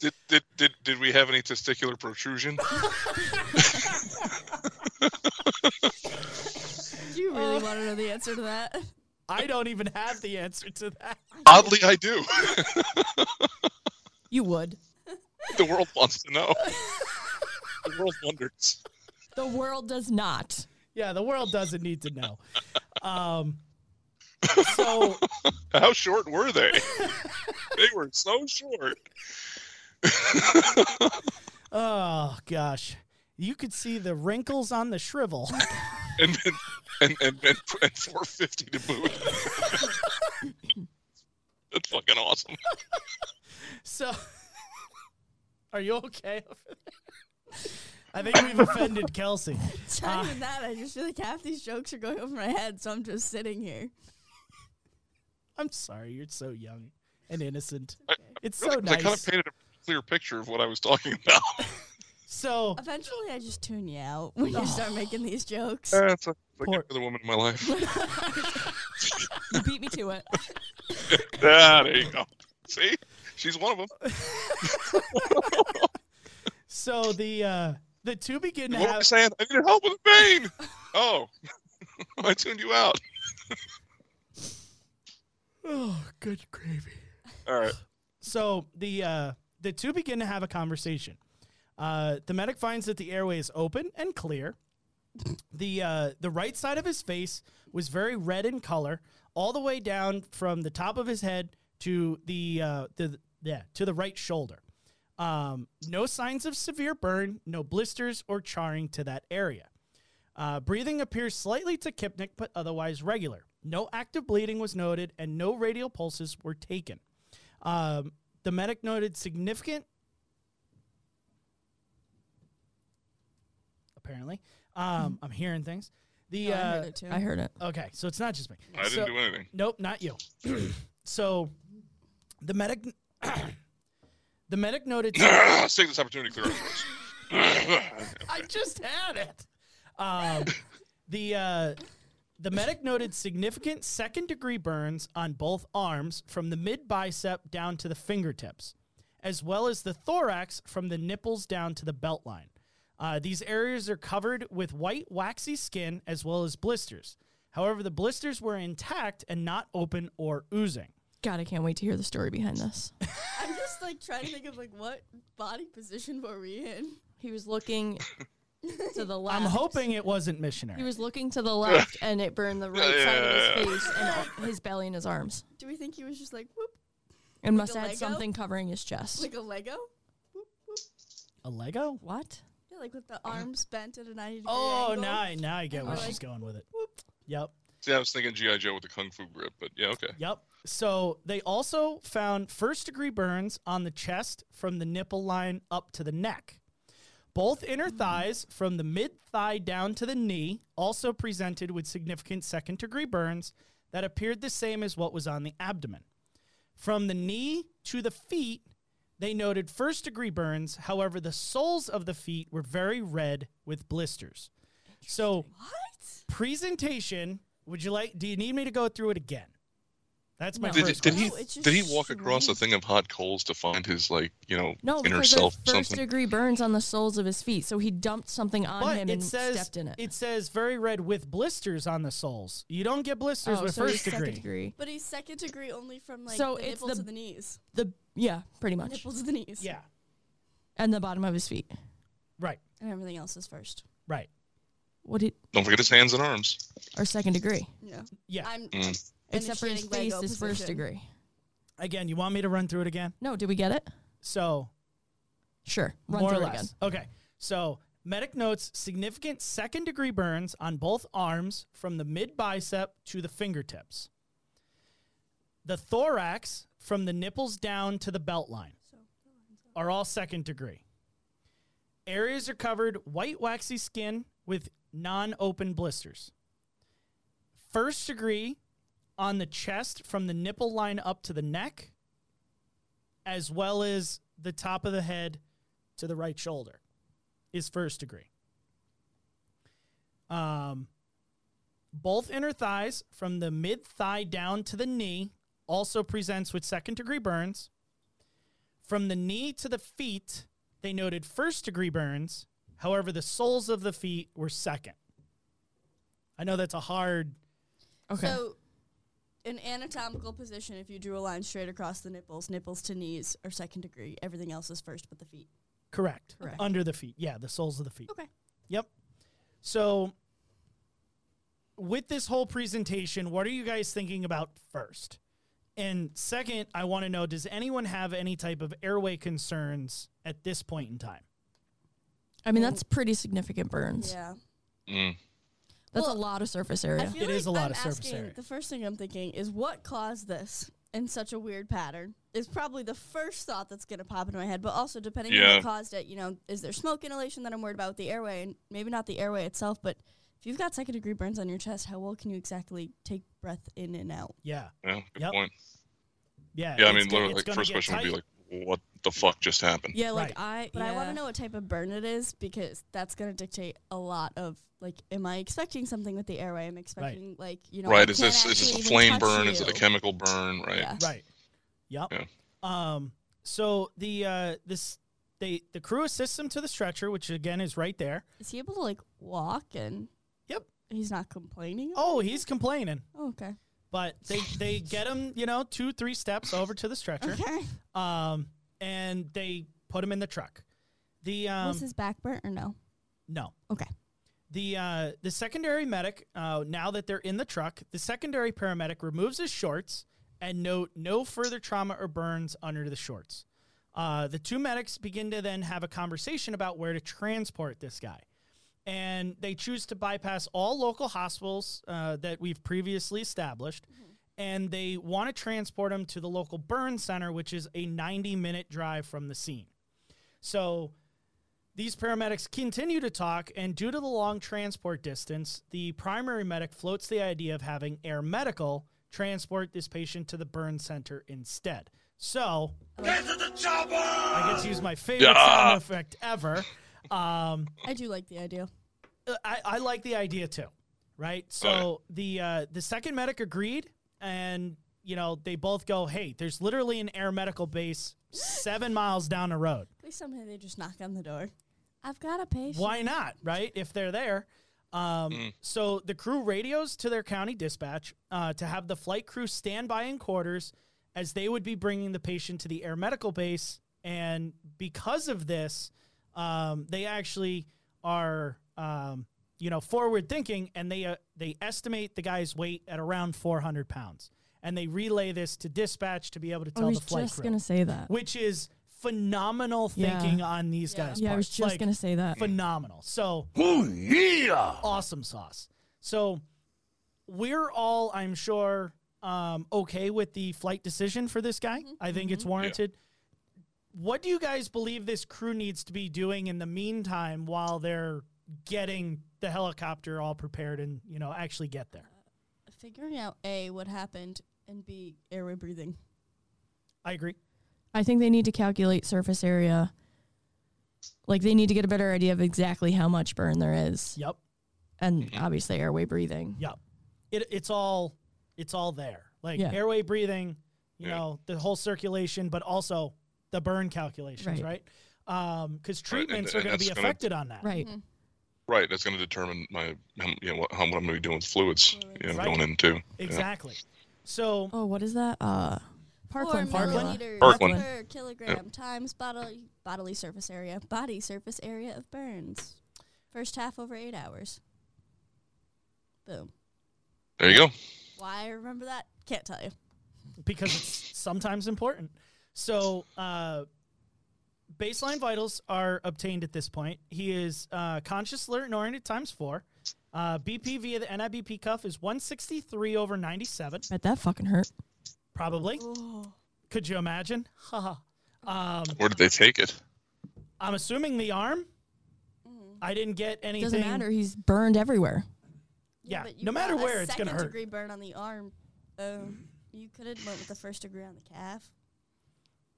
[SPEAKER 4] Did, did, did, did we have any testicular protrusion?
[SPEAKER 3] Do you really want to know the answer to that?
[SPEAKER 2] I don't even have the answer to that.
[SPEAKER 4] Oddly, I do.
[SPEAKER 5] You would.
[SPEAKER 4] the world wants to know. the world wonders.
[SPEAKER 5] The world does not.
[SPEAKER 2] Yeah, the world doesn't need to know. Um, so
[SPEAKER 4] How short were they? they were so short.
[SPEAKER 2] oh gosh, you could see the wrinkles on the shrivel.
[SPEAKER 4] And then, and and and, and four fifty to boot. That's fucking awesome.
[SPEAKER 2] So are you okay? over there? I think we've offended Kelsey.
[SPEAKER 3] It's not
[SPEAKER 2] Ah.
[SPEAKER 3] even that. I just feel like half these jokes are going over my head, so I'm just sitting here.
[SPEAKER 2] I'm sorry, you're so young and innocent. It's
[SPEAKER 4] Really,
[SPEAKER 2] so
[SPEAKER 4] 'cause I
[SPEAKER 2] nice.
[SPEAKER 4] kind of painted a clear picture of what I was talking about.
[SPEAKER 2] so
[SPEAKER 3] Eventually, I just tune you out when you start making these jokes.
[SPEAKER 2] Er,
[SPEAKER 4] Eh, it's like, like
[SPEAKER 2] Poor-
[SPEAKER 4] every other woman in my life.
[SPEAKER 5] You beat me to it.
[SPEAKER 4] ah, there you go. See, she's one of them.
[SPEAKER 2] So the uh, the two begin to
[SPEAKER 4] What were you
[SPEAKER 2] have
[SPEAKER 4] saying? I needed help with a vein. Oh, I tuned you out.
[SPEAKER 2] oh good gravy.
[SPEAKER 4] All right.
[SPEAKER 2] So the uh, the two begin to have a conversation. Uh, the medic finds that the airway is open and clear. The uh, the right side of his face was very red in color, all the way down from the top of his head to the uh, the yeah to the right shoulder. Um, no signs of severe burn, no blisters or charring to that area. Uh, breathing appears slightly tachypnic, but otherwise regular. No active bleeding was noted, and no radial pulses were taken. Um, the medic noted significant, apparently. Um, I'm hearing things. The
[SPEAKER 3] I
[SPEAKER 2] uh,
[SPEAKER 3] heard it too.
[SPEAKER 5] I heard it.
[SPEAKER 2] okay, so it's not just me.
[SPEAKER 4] I didn't
[SPEAKER 2] So-
[SPEAKER 4] do anything.
[SPEAKER 2] Nope, not you. so the medic, the medic noted.
[SPEAKER 4] Let's take this opportunity to clear up voice.
[SPEAKER 2] I just had it. Um, the uh, the medic noted significant second degree burns on both arms from the mid bicep down to the fingertips, as well as the thorax from the nipples down to the belt line. Uh, these areas are covered with white waxy skin as well as blisters. However, the blisters were intact and not open or oozing.
[SPEAKER 5] God, I can't wait to hear the story behind this.
[SPEAKER 3] I'm just like trying to think of like what body position were we in?
[SPEAKER 5] He was looking to the left.
[SPEAKER 2] I'm hoping it wasn't
[SPEAKER 5] He
[SPEAKER 2] missionary.
[SPEAKER 5] was looking to the left and it burned the right side of his face and his belly and his arms.
[SPEAKER 3] Do we think he was just like whoop,
[SPEAKER 5] And must
[SPEAKER 3] a
[SPEAKER 5] have had
[SPEAKER 3] Lego?
[SPEAKER 5] something covering his chest.
[SPEAKER 3] like a Lego?
[SPEAKER 2] A Lego?
[SPEAKER 5] what?
[SPEAKER 3] Yeah, like with the arms bent at a 90 degree
[SPEAKER 2] Oh,
[SPEAKER 3] angle.
[SPEAKER 2] now, I- now I get where
[SPEAKER 3] Oh.
[SPEAKER 2] she's going with it. Yep.
[SPEAKER 4] See, I was thinking GI Joe with the kung fu grip, but yeah, okay.
[SPEAKER 2] Yep. So they also found first degree burns on the chest from the nipple line up to the neck. Both inner thighs from the mid thigh down to the knee also presented with significant second degree burns that appeared the same as what was on the abdomen. From the knee to the feet, they noted first degree burns. However, the soles of the feet were very red with blisters. So,
[SPEAKER 3] What?
[SPEAKER 2] presentation, would you like, do you need me to go through it again? That's my
[SPEAKER 5] No.
[SPEAKER 4] Did,
[SPEAKER 2] first Oh,
[SPEAKER 4] did
[SPEAKER 2] question.
[SPEAKER 4] he
[SPEAKER 5] No, it's just
[SPEAKER 4] did he walk across a
[SPEAKER 5] strange.
[SPEAKER 4] thing of hot coals to find his like you know
[SPEAKER 5] No,
[SPEAKER 4] inner
[SPEAKER 5] because
[SPEAKER 4] self
[SPEAKER 5] there's
[SPEAKER 4] or
[SPEAKER 5] first
[SPEAKER 4] something?
[SPEAKER 5] degree burns on the soles of his feet, so he dumped something on
[SPEAKER 2] But
[SPEAKER 5] him
[SPEAKER 2] it
[SPEAKER 5] and
[SPEAKER 2] says
[SPEAKER 5] stepped in it.
[SPEAKER 2] says very red with blisters on the soles. You don't get blisters
[SPEAKER 5] Oh,
[SPEAKER 2] with
[SPEAKER 5] so he's
[SPEAKER 2] first degree.
[SPEAKER 5] second degree.
[SPEAKER 3] But he's second degree only from like
[SPEAKER 5] So
[SPEAKER 3] the
[SPEAKER 5] it's
[SPEAKER 3] nipple
[SPEAKER 5] the-
[SPEAKER 3] to the knees.
[SPEAKER 5] The yeah, pretty much,
[SPEAKER 3] Nipple to the knees.
[SPEAKER 2] Yeah,
[SPEAKER 5] and the bottom of his feet.
[SPEAKER 2] right,
[SPEAKER 3] And everything else is first.
[SPEAKER 2] right.
[SPEAKER 5] What did
[SPEAKER 4] Don't forget his hands and arms.
[SPEAKER 5] or second degree?
[SPEAKER 3] Yeah.
[SPEAKER 2] Yeah.
[SPEAKER 3] I'm
[SPEAKER 4] Mm.
[SPEAKER 5] Except for his
[SPEAKER 3] initiating Lego
[SPEAKER 5] face is first
[SPEAKER 3] position.
[SPEAKER 5] degree.
[SPEAKER 2] Again, you want me to run through it again?
[SPEAKER 5] No, did we get it?
[SPEAKER 2] So
[SPEAKER 5] Sure. Run
[SPEAKER 2] more or
[SPEAKER 5] through it
[SPEAKER 2] less.
[SPEAKER 5] again.
[SPEAKER 2] Okay. So medic notes significant second degree burns on both arms from the mid bicep to the fingertips. The thorax from the nipples down to the belt line are all second degree. Areas are covered white waxy skin with non open blisters. First degree on the chest from the nipple line up to the neck, as well as the top of the head to the right shoulder is first degree. Um, both inner thighs from the mid thigh down to the knee also presents with second degree burns. From the knee to the feet, they noted first degree burns. However, the soles of the feet were second. I know that's a hard.
[SPEAKER 5] Okay.
[SPEAKER 3] So, in anatomical position, if you drew a line straight across the nipples, nipples to knees are second degree. Everything else is first but the feet.
[SPEAKER 2] Correct.
[SPEAKER 3] Correct.
[SPEAKER 2] Under the feet. Yeah, the soles of the feet.
[SPEAKER 3] Okay.
[SPEAKER 2] Yep. So, with this whole presentation, what are you guys thinking about first? And second, I want to know does anyone have any type of airway concerns at this point in time?
[SPEAKER 5] I mean, that's pretty significant burns.
[SPEAKER 3] Yeah.
[SPEAKER 4] Mm.
[SPEAKER 5] That's
[SPEAKER 3] Well,
[SPEAKER 5] a lot of surface area.
[SPEAKER 3] I feel
[SPEAKER 2] It
[SPEAKER 3] like
[SPEAKER 2] is a lot
[SPEAKER 3] I'm
[SPEAKER 2] of surface
[SPEAKER 3] asking,
[SPEAKER 2] area.
[SPEAKER 3] The first thing I'm thinking is what caused this in such a weird pattern is probably the first thought that's going to pop into my head. But also, depending on
[SPEAKER 4] Yeah.
[SPEAKER 3] what caused it, you know, is there smoke inhalation that I'm worried about with the airway? And maybe not the airway itself, but if you've got second degree burns on your chest, how well can you exactly take breath in and out?
[SPEAKER 2] Yeah.
[SPEAKER 4] Yeah, good
[SPEAKER 2] Yep.
[SPEAKER 4] point.
[SPEAKER 2] Yeah.
[SPEAKER 4] Yeah, I
[SPEAKER 2] it's
[SPEAKER 4] mean,
[SPEAKER 2] go-
[SPEAKER 4] literally,
[SPEAKER 2] it's
[SPEAKER 4] like,
[SPEAKER 2] gonna
[SPEAKER 4] first
[SPEAKER 2] get
[SPEAKER 4] question would be
[SPEAKER 2] tight.
[SPEAKER 4] like, "What the fuck just happened?"
[SPEAKER 5] yeah, like
[SPEAKER 2] Right.
[SPEAKER 5] I.
[SPEAKER 3] But I want
[SPEAKER 5] yeah.
[SPEAKER 3] to know what type of burn it is because that's going to dictate a lot of like, am I expecting something with the airway? I'm expecting like you know, I
[SPEAKER 4] right? Is
[SPEAKER 3] can't
[SPEAKER 4] this is this
[SPEAKER 3] actually
[SPEAKER 4] a
[SPEAKER 3] even
[SPEAKER 4] flame
[SPEAKER 3] touch
[SPEAKER 4] burn? Is it a
[SPEAKER 3] you.
[SPEAKER 4] chemical burn? Right?
[SPEAKER 3] Yeah.
[SPEAKER 2] Right. Yep.
[SPEAKER 4] Yeah.
[SPEAKER 2] Um. So the uh this they the crew assists him to the stretcher, which again is right there.
[SPEAKER 3] Is he able to like walk and?
[SPEAKER 2] Yep.
[SPEAKER 3] He's not complaining. about
[SPEAKER 2] Oh,
[SPEAKER 3] it?
[SPEAKER 2] he's complaining,
[SPEAKER 3] Oh, okay.
[SPEAKER 2] but they they get him, you know, two three steps over to the stretcher.
[SPEAKER 3] Okay.
[SPEAKER 2] um, and they put him in the truck. The um,
[SPEAKER 3] Was his back burnt or no?
[SPEAKER 2] no,
[SPEAKER 3] Okay.
[SPEAKER 2] the uh, the secondary medic. Uh, now that they're in the truck, the secondary paramedic removes his shorts and note no further trauma or burns under the shorts. Uh, the two medics begin to then have a conversation about where to transport this guy. And they choose to bypass all local hospitals uh, that we've previously established. And they want to transport him to the local burn center, which is a 90 minute drive from the scene. So these paramedics continue to talk, and due to the long transport distance, the primary medic floats the idea of having air medical transport this patient to the burn center instead. So, I get to use my favorite
[SPEAKER 4] Yeah.
[SPEAKER 2] sound effect ever. Um,
[SPEAKER 3] I do like the idea.
[SPEAKER 2] uh, I, I like the idea too, right? So
[SPEAKER 4] Oh,
[SPEAKER 2] the uh, the second medic agreed, and you know they both go, "Hey, there's literally an air medical base seven miles down the road.
[SPEAKER 3] Please somehow they just knock on the door. I've got a patient.
[SPEAKER 2] Why not, right? If they're there." Um, So the crew radios to their county dispatch uh, to have the flight crew stand by in quarters as they would be bringing the patient to the air medical base. And because of this, um, they actually are, um, you know, forward thinking, and they uh, they estimate the guy's weight at around 400 pounds, and they relay this to dispatch to be able to
[SPEAKER 5] I
[SPEAKER 2] tell
[SPEAKER 5] was
[SPEAKER 2] the flight
[SPEAKER 5] just
[SPEAKER 2] crew,
[SPEAKER 5] gonna say that.
[SPEAKER 2] which is phenomenal
[SPEAKER 5] Yeah.
[SPEAKER 2] thinking on these
[SPEAKER 3] Yeah.
[SPEAKER 2] guys.
[SPEAKER 5] Yeah, I was
[SPEAKER 2] parts.
[SPEAKER 5] just
[SPEAKER 2] Like,
[SPEAKER 5] gonna say that.
[SPEAKER 2] phenomenal. So, awesome sauce. So, we're all, I'm sure, um, okay with the flight decision for this guy. I think it's warranted. What do you guys believe this crew needs to be doing in the meantime while they're getting the helicopter all prepared and you know actually get there?
[SPEAKER 3] Figuring out A, what happened, and B, airway breathing.
[SPEAKER 2] I agree.
[SPEAKER 5] I think they need to calculate surface area. Like they need to get a better idea of exactly how much burn there is,
[SPEAKER 2] Yep.
[SPEAKER 5] and obviously airway breathing.
[SPEAKER 2] Yep. It, it's all it's all there, like
[SPEAKER 5] Yeah.
[SPEAKER 2] airway breathing, you
[SPEAKER 4] Yeah.
[SPEAKER 2] know, the whole circulation, but also the burn calculations, right?
[SPEAKER 5] Right.
[SPEAKER 2] Because treatments
[SPEAKER 4] and
[SPEAKER 2] are going to be
[SPEAKER 4] that's gonna-
[SPEAKER 2] affected on that.
[SPEAKER 5] Right.
[SPEAKER 4] Right. That's going to determine my, how, you know, what, how, what I'm going to be doing with fluids, you know,
[SPEAKER 2] Right.
[SPEAKER 4] going in too.
[SPEAKER 2] Exactly. So
[SPEAKER 5] Oh, what is that? Uh, Parkland
[SPEAKER 3] Four
[SPEAKER 5] formula.
[SPEAKER 3] milliliters
[SPEAKER 4] Parkland.
[SPEAKER 3] per kilogram times bodily bodily surface area, body surface area of burns. First half over eight hours. Boom.
[SPEAKER 4] There you go.
[SPEAKER 3] Why I remember that? Can't tell you.
[SPEAKER 2] because it's sometimes important. So uh, baseline vitals are obtained at this point. He is uh, conscious, alert, and oriented times four. Uh, BP via the NIBP cuff is 163 over 97,
[SPEAKER 5] Bet that fucking hurt.
[SPEAKER 2] probably.
[SPEAKER 3] Oh.
[SPEAKER 2] Could you imagine? Haha. um,
[SPEAKER 4] Where did they take it?
[SPEAKER 2] I'm assuming the arm. I didn't get anything.
[SPEAKER 5] Doesn't matter. He's burned everywhere.
[SPEAKER 2] Yeah,
[SPEAKER 3] but
[SPEAKER 2] no
[SPEAKER 3] you got
[SPEAKER 2] matter
[SPEAKER 3] a
[SPEAKER 2] where, it's gonna
[SPEAKER 3] second
[SPEAKER 2] hurt.
[SPEAKER 3] degree burn on the arm. Um, you could have went with the first degree on the calf.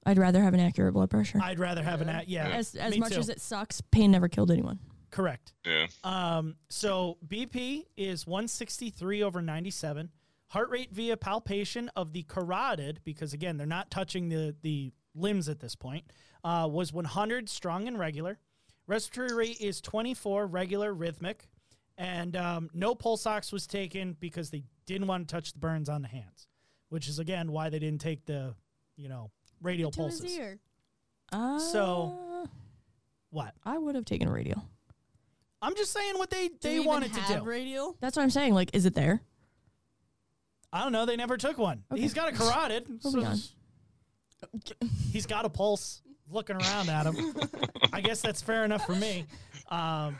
[SPEAKER 5] I'd rather have an accurate blood pressure.
[SPEAKER 2] I'd rather have an at. Yeah,
[SPEAKER 5] as as
[SPEAKER 2] me
[SPEAKER 5] much
[SPEAKER 2] too.
[SPEAKER 5] as it sucks, pain never killed anyone.
[SPEAKER 2] correct.
[SPEAKER 4] Yeah.
[SPEAKER 2] Um, so BP is 163 over 97. Heart rate via palpation of the carotid, because again, they're not touching the, the limbs at this point, uh, was 100, strong and regular. Respiratory rate is 24, regular, rhythmic. And um, no pulse ox was taken because they didn't want to touch the burns on the hands, which is again why they didn't take the, you know, radial
[SPEAKER 3] To his
[SPEAKER 2] pulses.
[SPEAKER 3] ear.
[SPEAKER 2] So-
[SPEAKER 5] Uh,
[SPEAKER 2] What?
[SPEAKER 5] I would have taken a radial.
[SPEAKER 2] I'm just saying what they,
[SPEAKER 3] Do we
[SPEAKER 2] they
[SPEAKER 3] even
[SPEAKER 2] wanted to
[SPEAKER 3] have
[SPEAKER 2] do.
[SPEAKER 3] Radial.
[SPEAKER 5] That's what I'm saying. Like, is it there?
[SPEAKER 2] I don't know. They never took one.
[SPEAKER 5] Okay.
[SPEAKER 2] He's got a carotid. so
[SPEAKER 5] Moving on.
[SPEAKER 2] He's got a pulse. Looking around at him. I guess that's fair enough for me. Um,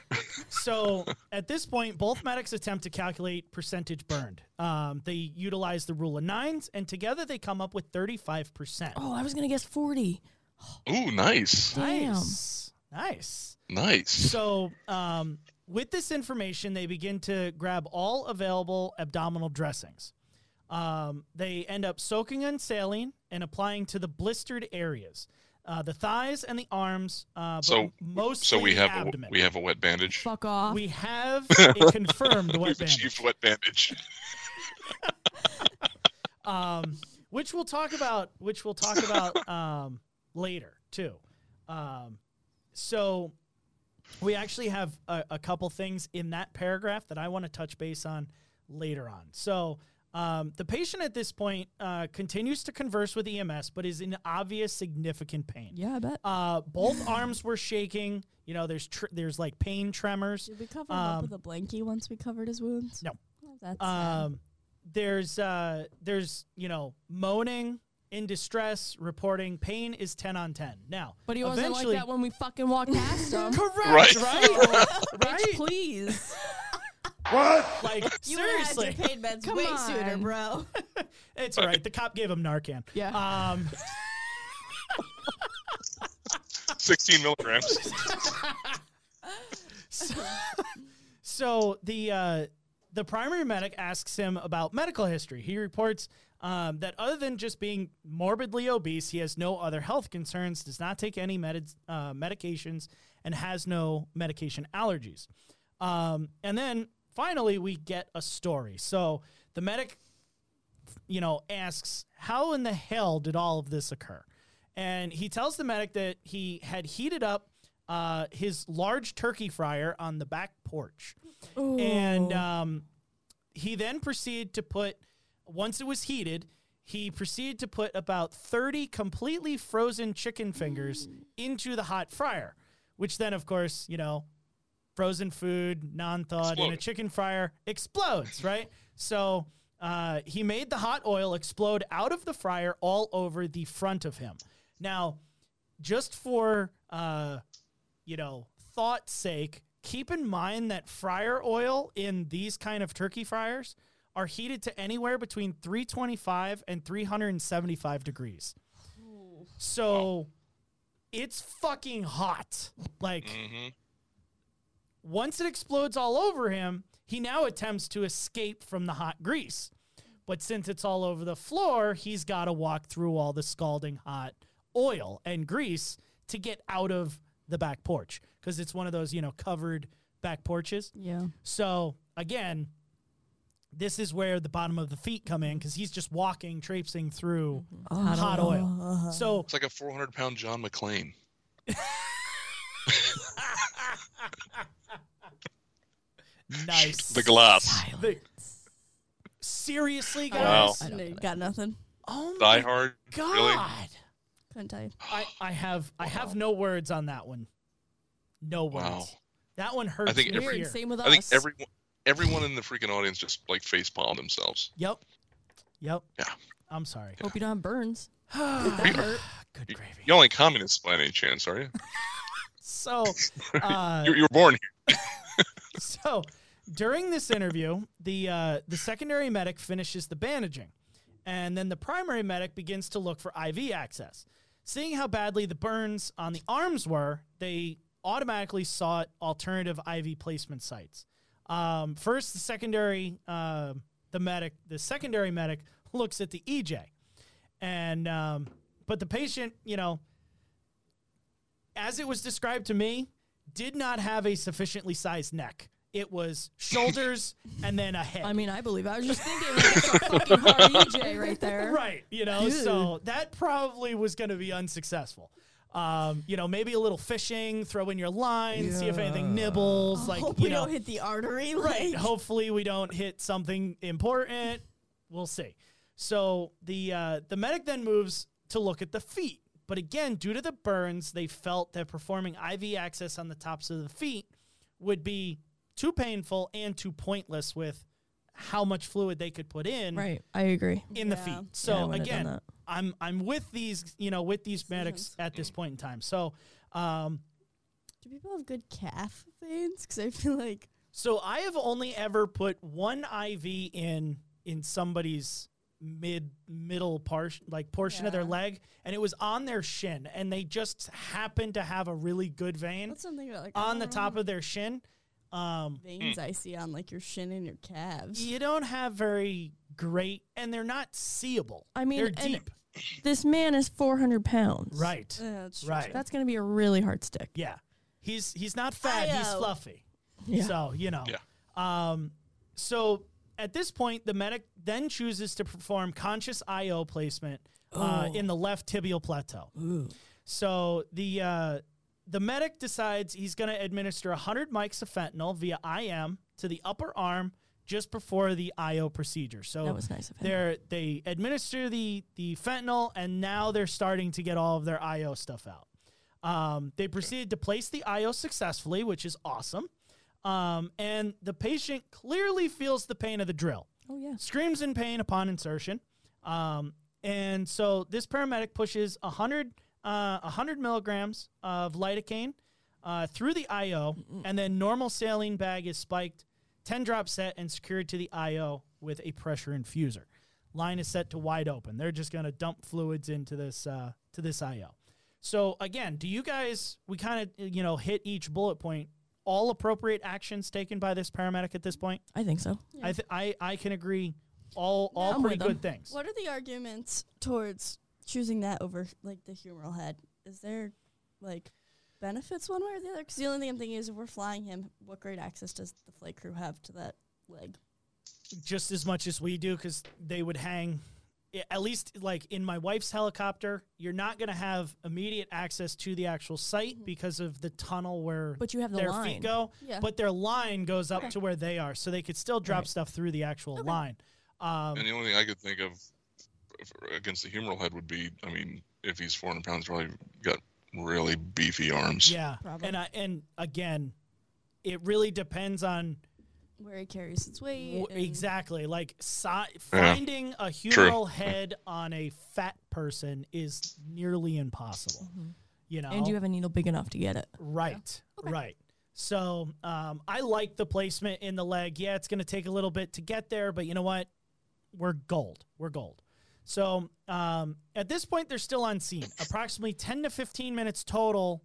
[SPEAKER 2] so at this point, both medics attempt to calculate percentage burned. Um, they utilize the rule of nines, and together they come up with 35%.
[SPEAKER 5] Oh, I was gonna guess forty.
[SPEAKER 4] Ooh, nice.
[SPEAKER 5] Damn.
[SPEAKER 2] nice. Nice.
[SPEAKER 4] Nice.
[SPEAKER 2] So, um, with this information, they begin to grab all available abdominal dressings. Um, they end up soaking in saline and applying to the blistered areas, uh, the thighs and the arms. Uh, but
[SPEAKER 4] So-
[SPEAKER 2] mostly
[SPEAKER 4] So we
[SPEAKER 2] the
[SPEAKER 4] have a,
[SPEAKER 2] abdomen.
[SPEAKER 4] we have a wet bandage.
[SPEAKER 5] Fuck off.
[SPEAKER 2] We have a confirmed wet
[SPEAKER 4] We've
[SPEAKER 2] bandage,
[SPEAKER 4] achieved wet bandage.
[SPEAKER 2] um, which we'll talk about, which we'll talk about um, later too. Um, so we actually have a, a couple things in that paragraph that I want to touch base on later on. So um, the patient at this point uh, continues to converse with EMS, but is in obvious significant pain.
[SPEAKER 5] yeah, I bet.
[SPEAKER 2] Uh, both arms were shaking. You know, there's tr- there's like pain tremors.
[SPEAKER 3] Did we cover him up
[SPEAKER 2] Um,
[SPEAKER 3] with a blankie once we covered his wounds?
[SPEAKER 2] No.
[SPEAKER 3] Oh, that's sad.
[SPEAKER 2] Um, there's uh, there's you know moaning in distress, reporting pain is ten on ten. Now,
[SPEAKER 5] But he wasn't like
[SPEAKER 2] eventually,
[SPEAKER 5] that when we fucking walked past him.
[SPEAKER 2] correct, right?
[SPEAKER 5] Bitch,
[SPEAKER 2] right?
[SPEAKER 5] please.
[SPEAKER 2] Like
[SPEAKER 3] You
[SPEAKER 2] seriously,
[SPEAKER 3] would have had your pain meds
[SPEAKER 5] Come
[SPEAKER 3] way sooner,
[SPEAKER 5] on.
[SPEAKER 3] bro.
[SPEAKER 2] it's all right. The cop gave him Narcan.
[SPEAKER 5] Yeah.
[SPEAKER 2] Um,
[SPEAKER 4] 16 milligrams.
[SPEAKER 2] so the uh, the primary medic asks him about medical history. He reports um, that other than just being morbidly obese, he has no other health concerns, does not take any medid uh, medications, and has no medication allergies. Um, and then finally, we get a story. So the medic you know, asks, How in the hell did all of this occur? And he tells the medic that he had heated up uh, his large turkey fryer on the back porch. And
[SPEAKER 5] uh,
[SPEAKER 2] um, he then proceeded to put, once it was heated, he proceeded to put about 30 completely frozen chicken fingers into the hot fryer, which then, of course, you know, frozen food, non thawed, in a
[SPEAKER 4] Exploded.
[SPEAKER 2] chicken fryer explodes, right? So uh, he made the hot oil explode out of the fryer all over the front of him. Now, just for uh, you know thought's sake, keep in mind that fryer oil in these kind of turkey fryers are heated to anywhere between 325 and 375 degrees. So it's fucking hot. Like
[SPEAKER 4] hmm
[SPEAKER 2] once it explodes all over him, he now attempts to escape from the hot grease. But since it's all over the floor, he's got to walk through all the scalding hot oil and grease to get out of the back porch because it's one of those, you know, covered back porches.
[SPEAKER 5] yeah.
[SPEAKER 2] So again, This is where the bottom of the feet come in because he's just walking, traipsing through hot oil. So
[SPEAKER 4] It's like a 400 pound John McClane.
[SPEAKER 2] nice.
[SPEAKER 4] The glass.
[SPEAKER 2] The- seriously,
[SPEAKER 4] Wow.
[SPEAKER 2] guys.
[SPEAKER 3] I don't know. Got nothing.
[SPEAKER 2] Oh
[SPEAKER 4] Die
[SPEAKER 2] my
[SPEAKER 4] Hard.
[SPEAKER 2] god.
[SPEAKER 4] Really?
[SPEAKER 3] Couldn't tell you.
[SPEAKER 2] I, I have I have no words on that one. No words.
[SPEAKER 4] Wow.
[SPEAKER 2] That one hurts
[SPEAKER 4] think
[SPEAKER 2] me
[SPEAKER 4] every-
[SPEAKER 5] Weird.
[SPEAKER 2] here.
[SPEAKER 5] Same with us.
[SPEAKER 4] I think everyone everyone in the freaking audience just like face palmed themselves.
[SPEAKER 2] Yep. Yep.
[SPEAKER 4] Yeah.
[SPEAKER 2] I'm sorry. Ah,
[SPEAKER 5] Hope you don't have burns.
[SPEAKER 2] Good gravy.
[SPEAKER 4] You're only communists by any chance, are you?
[SPEAKER 2] So, uh,
[SPEAKER 4] You, you were born here.
[SPEAKER 2] so during this interview, the uh, the secondary medic finishes the bandaging, and then the primary medic begins to look for IV access. Seeing how badly the burns on the arms were, they automatically sought alternative IV placement sites. Um, first, the secondary um the medic the secondary medic looks at the EJ, and um, but the patient, you know, as it was described to me, did not have a sufficiently sized neck. It was shoulders and then a head.
[SPEAKER 5] I mean, I believe. I was just thinking, like, that's a fucking hard EJ right there.
[SPEAKER 2] right, you know, so that probably was going to be unsuccessful. Um, you know, maybe a little fishing, throw in your line, see if anything nibbles, like
[SPEAKER 3] Hope
[SPEAKER 2] you
[SPEAKER 3] we
[SPEAKER 2] know,
[SPEAKER 3] don't hit the artery.
[SPEAKER 2] right.
[SPEAKER 3] like-
[SPEAKER 2] Hopefully, we don't hit something important. We'll see. So the uh, the medic then moves to look at the feet, but again, due to the burns, they felt that performing IV access on the tops of the feet would be too painful and too pointless with how much fluid they could put in
[SPEAKER 5] Right. I agree.
[SPEAKER 2] in the
[SPEAKER 3] Yeah.
[SPEAKER 2] feet. So
[SPEAKER 5] wouldn't have done
[SPEAKER 2] again,
[SPEAKER 5] that.
[SPEAKER 2] I'm I'm with these, you know, with these medics at this point in time. So, um,
[SPEAKER 3] Do people have good calf veins? Because I feel like
[SPEAKER 2] so I have only ever put one IV in in somebody's mid middle portion, like portion of their
[SPEAKER 3] Yeah.
[SPEAKER 2] leg, and it was on their shin, and they just happened to have a really good vein
[SPEAKER 3] what's something about like
[SPEAKER 2] on the top of their shin. Um,
[SPEAKER 3] veins I see on like your shin and your calves.
[SPEAKER 2] you don't have very great, and they're not seeable.
[SPEAKER 5] I mean,
[SPEAKER 2] they're
[SPEAKER 5] and-
[SPEAKER 2] deep,
[SPEAKER 5] This man is 400 pounds.
[SPEAKER 2] right?
[SPEAKER 3] Uh, that's true.
[SPEAKER 2] Right.
[SPEAKER 5] That's going to be a really hard stick.
[SPEAKER 2] Yeah. He's he's not fat, he's
[SPEAKER 5] uh,
[SPEAKER 3] Ayo.
[SPEAKER 2] fluffy.
[SPEAKER 5] Yeah.
[SPEAKER 2] So, you know.
[SPEAKER 4] Yeah.
[SPEAKER 2] Um so at this point the medic then chooses to perform conscious IO placement uh,
[SPEAKER 5] Oh.
[SPEAKER 2] in the left tibial plateau. So the uh, the medic decides he's going to administer 100 mics of fentanyl via IM to the upper arm just before the IO procedure. So
[SPEAKER 5] That was nice of him.
[SPEAKER 2] they're they administer the the fentanyl and now they're starting to get all of their IO stuff out. Um, they proceeded to place the IO successfully, which is awesome. Um, and the patient clearly feels the pain of the drill,
[SPEAKER 5] Oh, yeah.
[SPEAKER 2] screams in pain upon insertion. Um, and so this paramedic pushes 100, uh, 100 milligrams of lidocaine uh, through the IO, and then normal saline bag is spiked, 10 drop set, and secured to the IO with a pressure infuser. Line is set to wide open. They're just going to dump fluids into this uh, to this IO. So again, do you guys? We kind of you know hit each bullet point. All appropriate actions taken by this paramedic at this point.
[SPEAKER 5] I think so.
[SPEAKER 2] I th- I I can agree. All all
[SPEAKER 5] I'm
[SPEAKER 2] pretty
[SPEAKER 5] with 'em.
[SPEAKER 2] good things.
[SPEAKER 3] What are the arguments towards choosing that over like the humeral head? Is there like benefits one way or the other? Because the only thing I'm thinking is if we're flying him, what great access does the flight crew have to that leg?
[SPEAKER 2] Just as much as we do, because they would hang. i- At least like in my wife's helicopter, you're not going to have immediate access to the actual site because of the tunnel where
[SPEAKER 5] Mm-hmm. But you have the
[SPEAKER 2] their
[SPEAKER 5] line.
[SPEAKER 2] feet go.
[SPEAKER 3] Yeah.
[SPEAKER 2] But their line goes up to where they are, so they could still drop
[SPEAKER 5] Right.
[SPEAKER 2] stuff through the actual line. Um,
[SPEAKER 4] And the only thing I could think of f- against the humeral head would be, I mean, if he's 400 pounds, probably got really beefy arms.
[SPEAKER 2] yeah,
[SPEAKER 3] Probably.
[SPEAKER 2] and I, and again, it really depends on
[SPEAKER 3] Where he carries its weight.
[SPEAKER 2] W-
[SPEAKER 3] and-
[SPEAKER 2] exactly like si-
[SPEAKER 4] Yeah.
[SPEAKER 2] finding a humeral head on a fat person is nearly impossible you know
[SPEAKER 5] Mm-hmm. And you have a needle big enough to get it.
[SPEAKER 2] right right so um, i like the placement in the leg yeah it's going to take a little bit to get there but you know what we're gold we're gold so um, at this point they're still on scene approximately 10 to 15 minutes total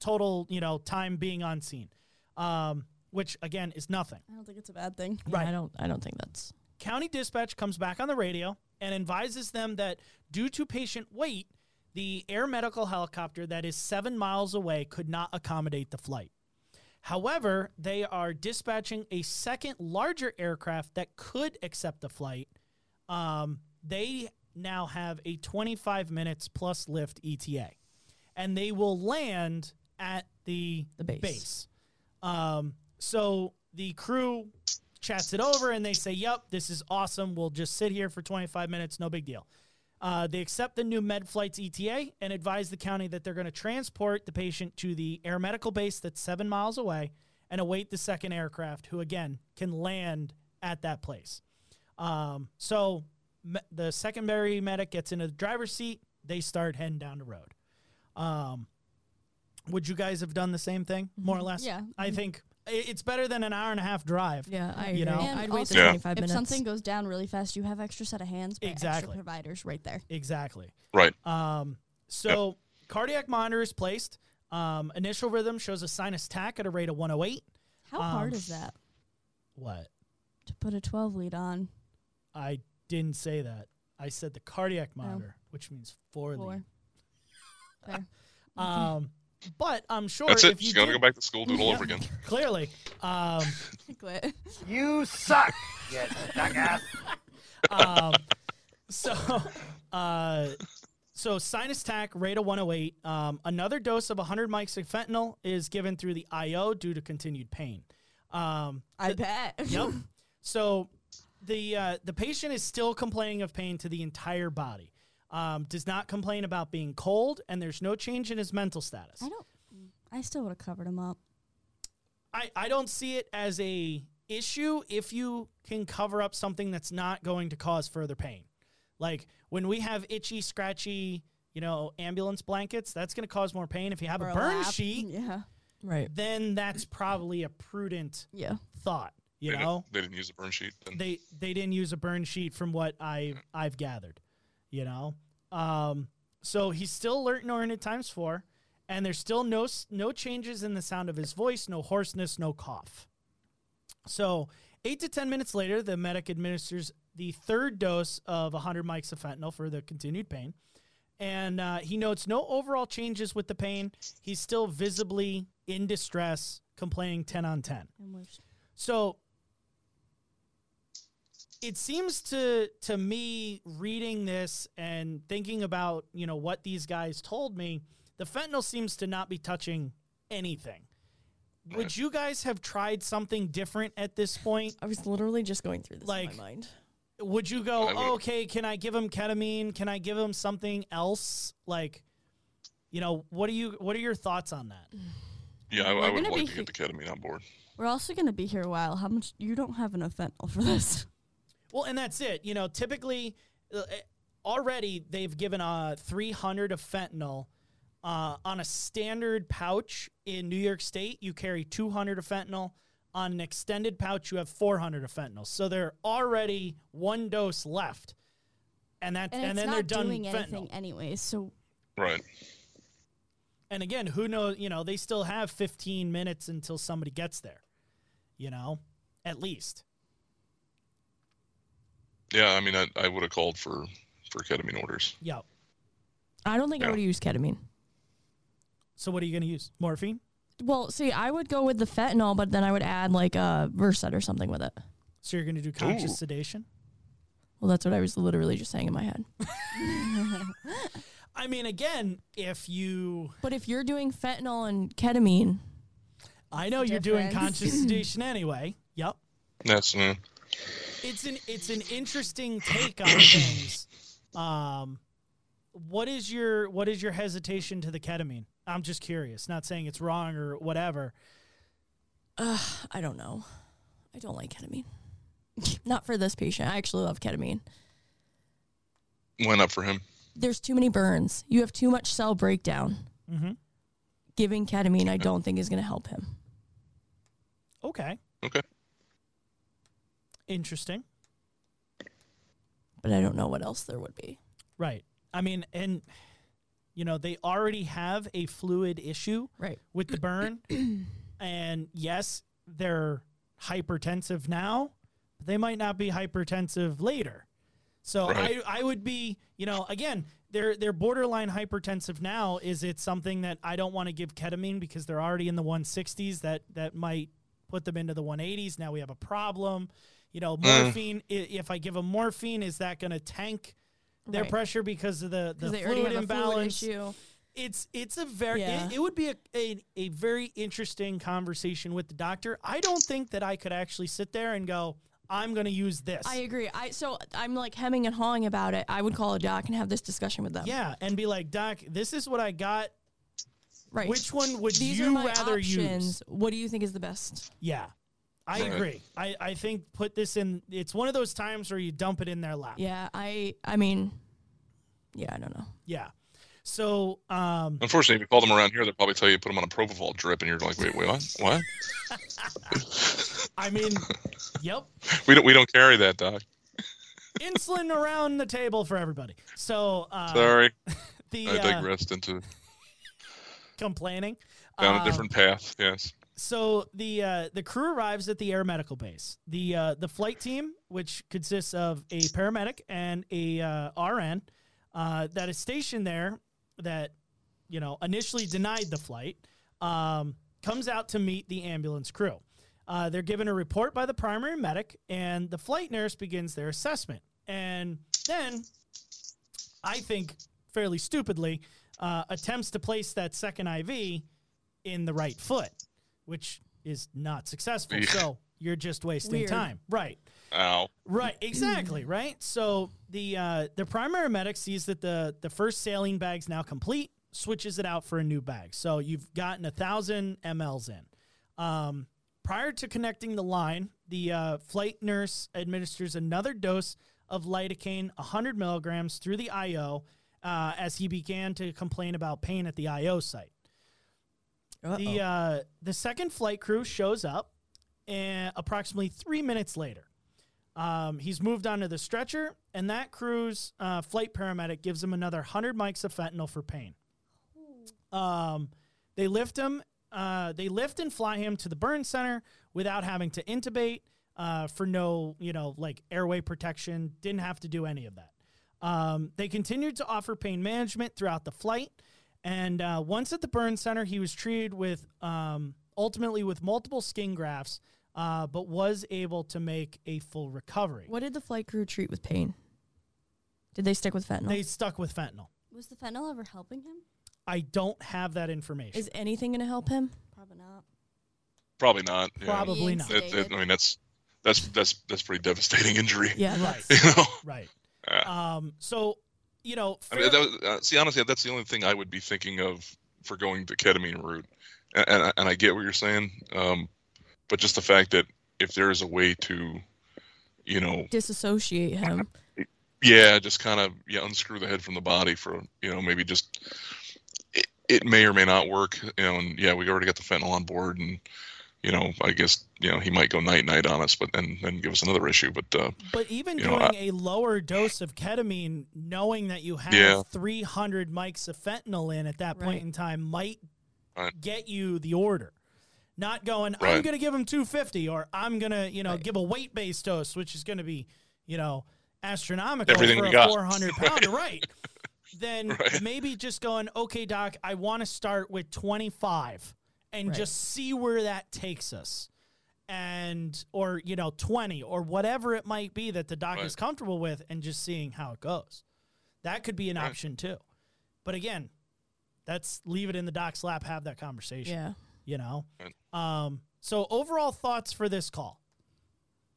[SPEAKER 2] total you know time being on scene um, which again is nothing
[SPEAKER 3] I don't think it's a bad thing.
[SPEAKER 5] Yeah,
[SPEAKER 2] Right.
[SPEAKER 5] I don't. I don't think that's.
[SPEAKER 2] County dispatch comes back on the radio and advises them that due to patient weight, the air medical helicopter that is seven miles away could not accommodate the flight. However, they are dispatching a second larger aircraft that could accept the flight. Um, they now have a 25 minutes plus lift ETA, and they will land at the,
[SPEAKER 5] The base.
[SPEAKER 2] Um, so the crew chats it over and they say, Yep, this is awesome. We'll just sit here for 25 minutes, no big deal. Uh, they accept the new MedFlight's ETA and advise the county that they're going to transport the patient to the air medical base that's seven miles away and await the second aircraft, who again can land at that place. Um, so me- the secondary medic gets into the driver's seat. They start heading down the road. Um, would you guys have done the same thing, more or less?
[SPEAKER 3] Yeah.
[SPEAKER 2] I think i- it's better than an hour and a half drive.
[SPEAKER 5] Yeah, I
[SPEAKER 2] You
[SPEAKER 5] agree.
[SPEAKER 2] know?
[SPEAKER 3] And
[SPEAKER 5] I'd wait
[SPEAKER 3] also,
[SPEAKER 5] the
[SPEAKER 4] Yeah.
[SPEAKER 5] 25
[SPEAKER 3] if
[SPEAKER 5] minutes.
[SPEAKER 3] something goes down really fast, you have extra set of hands by
[SPEAKER 2] Exactly.
[SPEAKER 3] extra providers right there.
[SPEAKER 2] Exactly.
[SPEAKER 4] Right.
[SPEAKER 2] Um, so cardiac monitor is placed. Um, initial rhythm shows a sinus tack at a rate of 108.
[SPEAKER 3] How
[SPEAKER 2] Um,
[SPEAKER 3] hard is that
[SPEAKER 2] What?
[SPEAKER 3] to put a 12 lead on?
[SPEAKER 2] I didn't say that. I said the cardiac monitor, which means four,
[SPEAKER 3] Four.
[SPEAKER 2] lead.
[SPEAKER 3] Fair.
[SPEAKER 2] Um, but I'm sure
[SPEAKER 4] That's it.
[SPEAKER 2] if you
[SPEAKER 4] She's got to
[SPEAKER 2] did-
[SPEAKER 4] go back to school, do it all
[SPEAKER 2] Yeah.
[SPEAKER 4] over again.
[SPEAKER 2] Clearly, um,
[SPEAKER 3] Quit.
[SPEAKER 6] You suck, you jackass.
[SPEAKER 2] um, so uh, so sinus tac rate of 108 um, another dose of 100 mics of fentanyl is given through the io due to continued pain um,
[SPEAKER 3] I bet.
[SPEAKER 2] yep so the uh, the patient is still complaining of pain to the entire body um, does not complain about being cold and there's no change in his mental status
[SPEAKER 3] I don't. mm, I still would have covered him up.
[SPEAKER 2] I, I don't see it as a issue if you can cover up something that's not going to cause further pain. Like when we have itchy, scratchy, you know, ambulance blankets, that's going to cause more pain. If you have
[SPEAKER 3] Or
[SPEAKER 2] a burn
[SPEAKER 3] lap.
[SPEAKER 2] sheet,
[SPEAKER 3] Yeah.
[SPEAKER 5] right.
[SPEAKER 2] then that's probably a prudent
[SPEAKER 3] Yeah.
[SPEAKER 2] thought. You
[SPEAKER 4] they,
[SPEAKER 2] know,
[SPEAKER 4] didn't, they didn't use a burn sheet. Then.
[SPEAKER 2] they they didn't use a burn sheet from what I I've gathered. You know, um, so he's still alert and oriented times four, and there's still no s- no changes in the sound of his voice, no hoarseness, no cough. So eight to ten minutes later, the medic administers the third dose of 100 mics of fentanyl for the continued pain, and uh, he notes no overall changes with the pain. He's still visibly in distress, complaining 10 on 10.
[SPEAKER 3] And we're s-
[SPEAKER 2] So it seems to to me reading this and thinking about, you know, what these guys told me, the fentanyl seems to not be touching anything. Would
[SPEAKER 4] Right.
[SPEAKER 2] you guys have tried something different at this point?
[SPEAKER 5] I was literally just going through this
[SPEAKER 2] Like-
[SPEAKER 5] in my mind.
[SPEAKER 2] Would you go, "Oh,
[SPEAKER 4] I would-
[SPEAKER 2] okay, can I give him ketamine? Can I give him something else? Like, you know, what do you what are your thoughts on that?
[SPEAKER 4] yeah, I, I
[SPEAKER 3] We're
[SPEAKER 4] would
[SPEAKER 3] gonna
[SPEAKER 4] like
[SPEAKER 3] be-
[SPEAKER 4] to get the ketamine on board.
[SPEAKER 3] We're also gonna be here a while. How much? You don't have enough fentanyl for this.
[SPEAKER 2] Well, and that's it. You know, typically, uh, already they've given uh, 300 of fentanyl uh, on a standard pouch in New York State. You carry 200 of fentanyl on an extended pouch. You have 400 of fentanyl. So they're already one dose left, and that
[SPEAKER 3] And,
[SPEAKER 2] and,
[SPEAKER 3] it's
[SPEAKER 2] then
[SPEAKER 3] not
[SPEAKER 2] they're done
[SPEAKER 3] doing
[SPEAKER 2] fentanyl.
[SPEAKER 3] anything anyways. So
[SPEAKER 4] Right.
[SPEAKER 2] And again, who knows? You know, they still have 15 minutes until somebody gets there. You know, at least.
[SPEAKER 4] Yeah, I mean, I, I would have called for, for ketamine orders.
[SPEAKER 2] Yeah.
[SPEAKER 5] I don't think I
[SPEAKER 4] Yeah.
[SPEAKER 5] would use ketamine.
[SPEAKER 2] So what are you going to use? Morphine.
[SPEAKER 5] Well, see, I would go with the fentanyl, but then I would add like a Versed or something with it.
[SPEAKER 2] So you're going to do conscious
[SPEAKER 4] Ooh.
[SPEAKER 2] sedation.
[SPEAKER 5] Well, that's what I was literally just saying in my head.
[SPEAKER 2] I mean, again, if you,
[SPEAKER 5] But if you're doing fentanyl and ketamine,
[SPEAKER 2] I know you're doing
[SPEAKER 3] difference.
[SPEAKER 2] conscious sedation anyway. Yep,
[SPEAKER 4] That's, uh,
[SPEAKER 2] it's an it's an interesting take on things. Um, what is your what is your hesitation to the ketamine? I'm just curious. Not saying it's wrong or whatever.
[SPEAKER 5] uh, I don't know. I don't like ketamine. Not for this patient. I actually love ketamine.
[SPEAKER 4] went up for him.
[SPEAKER 5] There's too many burns. You have too much cell breakdown.
[SPEAKER 2] Mm-hmm.
[SPEAKER 5] Giving ketamine, I don't think is going to help him.
[SPEAKER 2] Okay,
[SPEAKER 4] Okay.
[SPEAKER 2] interesting.
[SPEAKER 5] But I don't know what else there would be.
[SPEAKER 2] Right. I mean, and you know they already have a fluid issue
[SPEAKER 5] Right.
[SPEAKER 2] with the burn. and yes, they're hypertensive now, but they might not be hypertensive later. So
[SPEAKER 4] Right.
[SPEAKER 2] I, I would be, you know, again, they're they're borderline hypertensive now. Is it something that I don't want to give ketamine because they're already in the 160s that that might put them into the 180s. Now we have a problem. You know, morphine. i If I give them morphine, is that going to tank their
[SPEAKER 5] Right.
[SPEAKER 2] pressure because of the the
[SPEAKER 5] 'Cause they already
[SPEAKER 2] fluid
[SPEAKER 5] have a fluid
[SPEAKER 2] imbalance?
[SPEAKER 5] issue.
[SPEAKER 2] it's it's a very
[SPEAKER 5] Yeah.
[SPEAKER 2] it, it would be a, a, a very interesting conversation with the doctor i don't think that i could actually sit there and go i'm going to use this
[SPEAKER 5] I agree. I so I'm like hemming and hawing about it. I would call a doc and have this discussion with them.
[SPEAKER 2] yeah and be like doc this is what i got
[SPEAKER 5] Right.
[SPEAKER 2] which one would
[SPEAKER 5] These
[SPEAKER 2] you
[SPEAKER 5] are my
[SPEAKER 2] rather
[SPEAKER 5] options.
[SPEAKER 2] use
[SPEAKER 5] What do you think is the best?
[SPEAKER 2] yeah i
[SPEAKER 4] Right.
[SPEAKER 2] agree I, I think put this in it's one of those times where you dump it in their lap
[SPEAKER 5] Yeah. I. I mean. Yeah. I don't know.
[SPEAKER 2] yeah so um
[SPEAKER 4] Unfortunately, if you call them around here, they'll probably tell you to put them on a propofol drip, and you're like, wait, wait, what? What?
[SPEAKER 2] i mean yep
[SPEAKER 4] We don't we don't carry that, doc.
[SPEAKER 2] insulin around the table for everybody so uh
[SPEAKER 4] Sorry,
[SPEAKER 2] the
[SPEAKER 4] I
[SPEAKER 2] uh,
[SPEAKER 4] digressed into
[SPEAKER 2] complaining
[SPEAKER 4] down
[SPEAKER 2] Um,
[SPEAKER 4] a different path. Yes.
[SPEAKER 2] so the uh, the crew arrives at the air medical base. The uh, the flight team, which consists of a paramedic and a uh, RN, uh, that is stationed there, that you know initially denied the flight, um, comes out to meet the ambulance crew. Uh, they're given a report by the primary medic, and the flight nurse begins their assessment. And then, I think fairly stupidly, uh, attempts to place that second IV in the right foot, which is not successful.
[SPEAKER 4] Yeah.
[SPEAKER 2] So you're just wasting
[SPEAKER 5] Weird.
[SPEAKER 2] time. Right.
[SPEAKER 4] Ow.
[SPEAKER 2] Right, exactly, right? So the uh, the primary medic sees that the the first saline bag's now complete, switches it out for a new bag. So you've gotten a thousand mLs in. Um, prior to connecting the line, the uh, flight nurse administers another dose of lidocaine, 100 milligrams, through the IO uh, as he began to complain about pain at the IO site the uh, the second flight crew shows up and approximately three minutes later um, he's moved onto the stretcher and that crew's uh, flight paramedic gives him another 100 mics of fentanyl for pain um, they lift him uh, they lift and fly him to the burn center without having to intubate uh, for no you know like airway protection didn't have to do any of that um, they continued to offer pain management throughout the flight, and uh, once at the burn center, he was treated with um, ultimately with multiple skin grafts, uh, but was able to make a full recovery.
[SPEAKER 5] What did the flight crew treat with pain? Did they stick with fentanyl?
[SPEAKER 2] They stuck with fentanyl.
[SPEAKER 3] Was the fentanyl ever helping him?
[SPEAKER 2] I don't have that information.
[SPEAKER 5] Is anything going to help him?
[SPEAKER 3] Probably not.
[SPEAKER 4] Probably not. yeah.
[SPEAKER 2] Probably
[SPEAKER 3] Being
[SPEAKER 2] not.
[SPEAKER 4] That- that-
[SPEAKER 3] sedated.
[SPEAKER 4] I mean, that's that's that's that's pretty devastating injury.
[SPEAKER 5] Yeah.
[SPEAKER 2] right,
[SPEAKER 4] You know.
[SPEAKER 2] right.
[SPEAKER 4] Uh,
[SPEAKER 2] Um, so you know,
[SPEAKER 4] I mean,
[SPEAKER 2] fair-
[SPEAKER 4] that was, uh, see, honestly, that's the only thing I would be thinking of for going the ketamine route. And, and, I- and I get what you're saying, um, but just the fact that if there is a way to, you know,
[SPEAKER 5] Disassociate him.
[SPEAKER 4] yeah, just kind of yeah, unscrew the head from the body for you know maybe just it, it may or may not work. You know, and yeah, we already got the fentanyl on board, and you know, I guess you know he might go night night on us, but then then give us another issue. But uh,
[SPEAKER 2] But even
[SPEAKER 4] You know,
[SPEAKER 2] doing
[SPEAKER 4] I-
[SPEAKER 2] a lower dose of ketamine, knowing that you have
[SPEAKER 4] Yeah.
[SPEAKER 2] 300 mics of fentanyl in at that
[SPEAKER 5] Right.
[SPEAKER 2] point in time might
[SPEAKER 4] Right.
[SPEAKER 2] get you the order. Not going, I'm
[SPEAKER 4] Right.
[SPEAKER 2] going to give him 250 or I'm going to, you know,
[SPEAKER 5] Right.
[SPEAKER 2] give a weight based dose, which is going to be, you know, astronomical
[SPEAKER 4] Everything
[SPEAKER 2] for
[SPEAKER 4] we
[SPEAKER 2] a
[SPEAKER 4] got.
[SPEAKER 2] 400 pounder. right. Then
[SPEAKER 4] Right.
[SPEAKER 2] maybe just going, okay, doc, I want to start with 25 and
[SPEAKER 5] Right.
[SPEAKER 2] just see where that takes us and or you know 20 or whatever it might be that the doc
[SPEAKER 4] Right.
[SPEAKER 2] is comfortable with and just seeing how it goes that could be an option too but again that's leave it in the doc's lap have that conversation
[SPEAKER 5] Yeah.
[SPEAKER 2] you know
[SPEAKER 4] Right.
[SPEAKER 2] um so overall thoughts for this call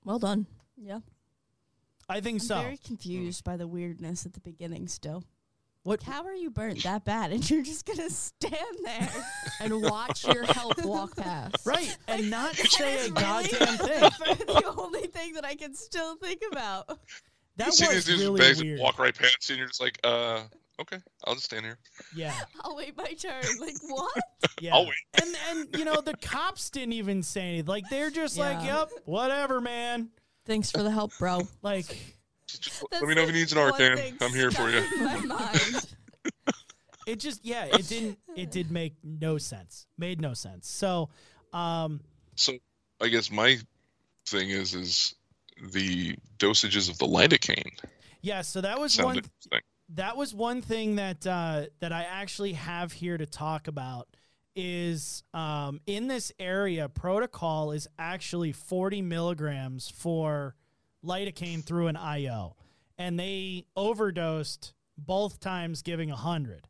[SPEAKER 5] Well done.
[SPEAKER 3] Yeah.
[SPEAKER 2] i think
[SPEAKER 3] I'm
[SPEAKER 2] so
[SPEAKER 3] very confused by the weirdness at the beginning still.
[SPEAKER 2] what
[SPEAKER 3] How are you burnt that bad and you're just going to stand there?
[SPEAKER 5] And watch your help walk past.
[SPEAKER 2] right and not say a
[SPEAKER 3] That is really
[SPEAKER 2] goddamn thing
[SPEAKER 3] the only thing that I can still think about.
[SPEAKER 2] that
[SPEAKER 4] you see these
[SPEAKER 2] was
[SPEAKER 4] dudes with
[SPEAKER 2] really
[SPEAKER 4] bags that
[SPEAKER 2] weird
[SPEAKER 4] walk right past you, and you're just like, uh, okay, I'll just stand here.
[SPEAKER 2] yeah
[SPEAKER 3] I'll wait my turn. Like, what?
[SPEAKER 2] yeah
[SPEAKER 4] I'll wait.
[SPEAKER 2] and and you know the cops didn't even say anything like they're just like
[SPEAKER 5] Yeah.
[SPEAKER 2] yep whatever man
[SPEAKER 5] Thanks for the help, bro. Oh,
[SPEAKER 2] like
[SPEAKER 4] Just- just
[SPEAKER 3] That's
[SPEAKER 4] let me know if
[SPEAKER 3] like
[SPEAKER 4] he needs an
[SPEAKER 3] one
[SPEAKER 4] Arcan.
[SPEAKER 3] thing
[SPEAKER 4] I'm here for you.
[SPEAKER 3] stuck in my mind.
[SPEAKER 2] it just yeah it didn't it did make no sense made no sense so um
[SPEAKER 4] So I guess my thing is is the dosages of the lidocaine.
[SPEAKER 2] Yeah, so that was
[SPEAKER 4] Sounds
[SPEAKER 2] one
[SPEAKER 4] interesting.
[SPEAKER 2] that was one thing that uh, that I actually have here to talk about is um, in this area protocol is actually 40 milligrams for lidocaine through an IO, and they overdosed both times giving hundred.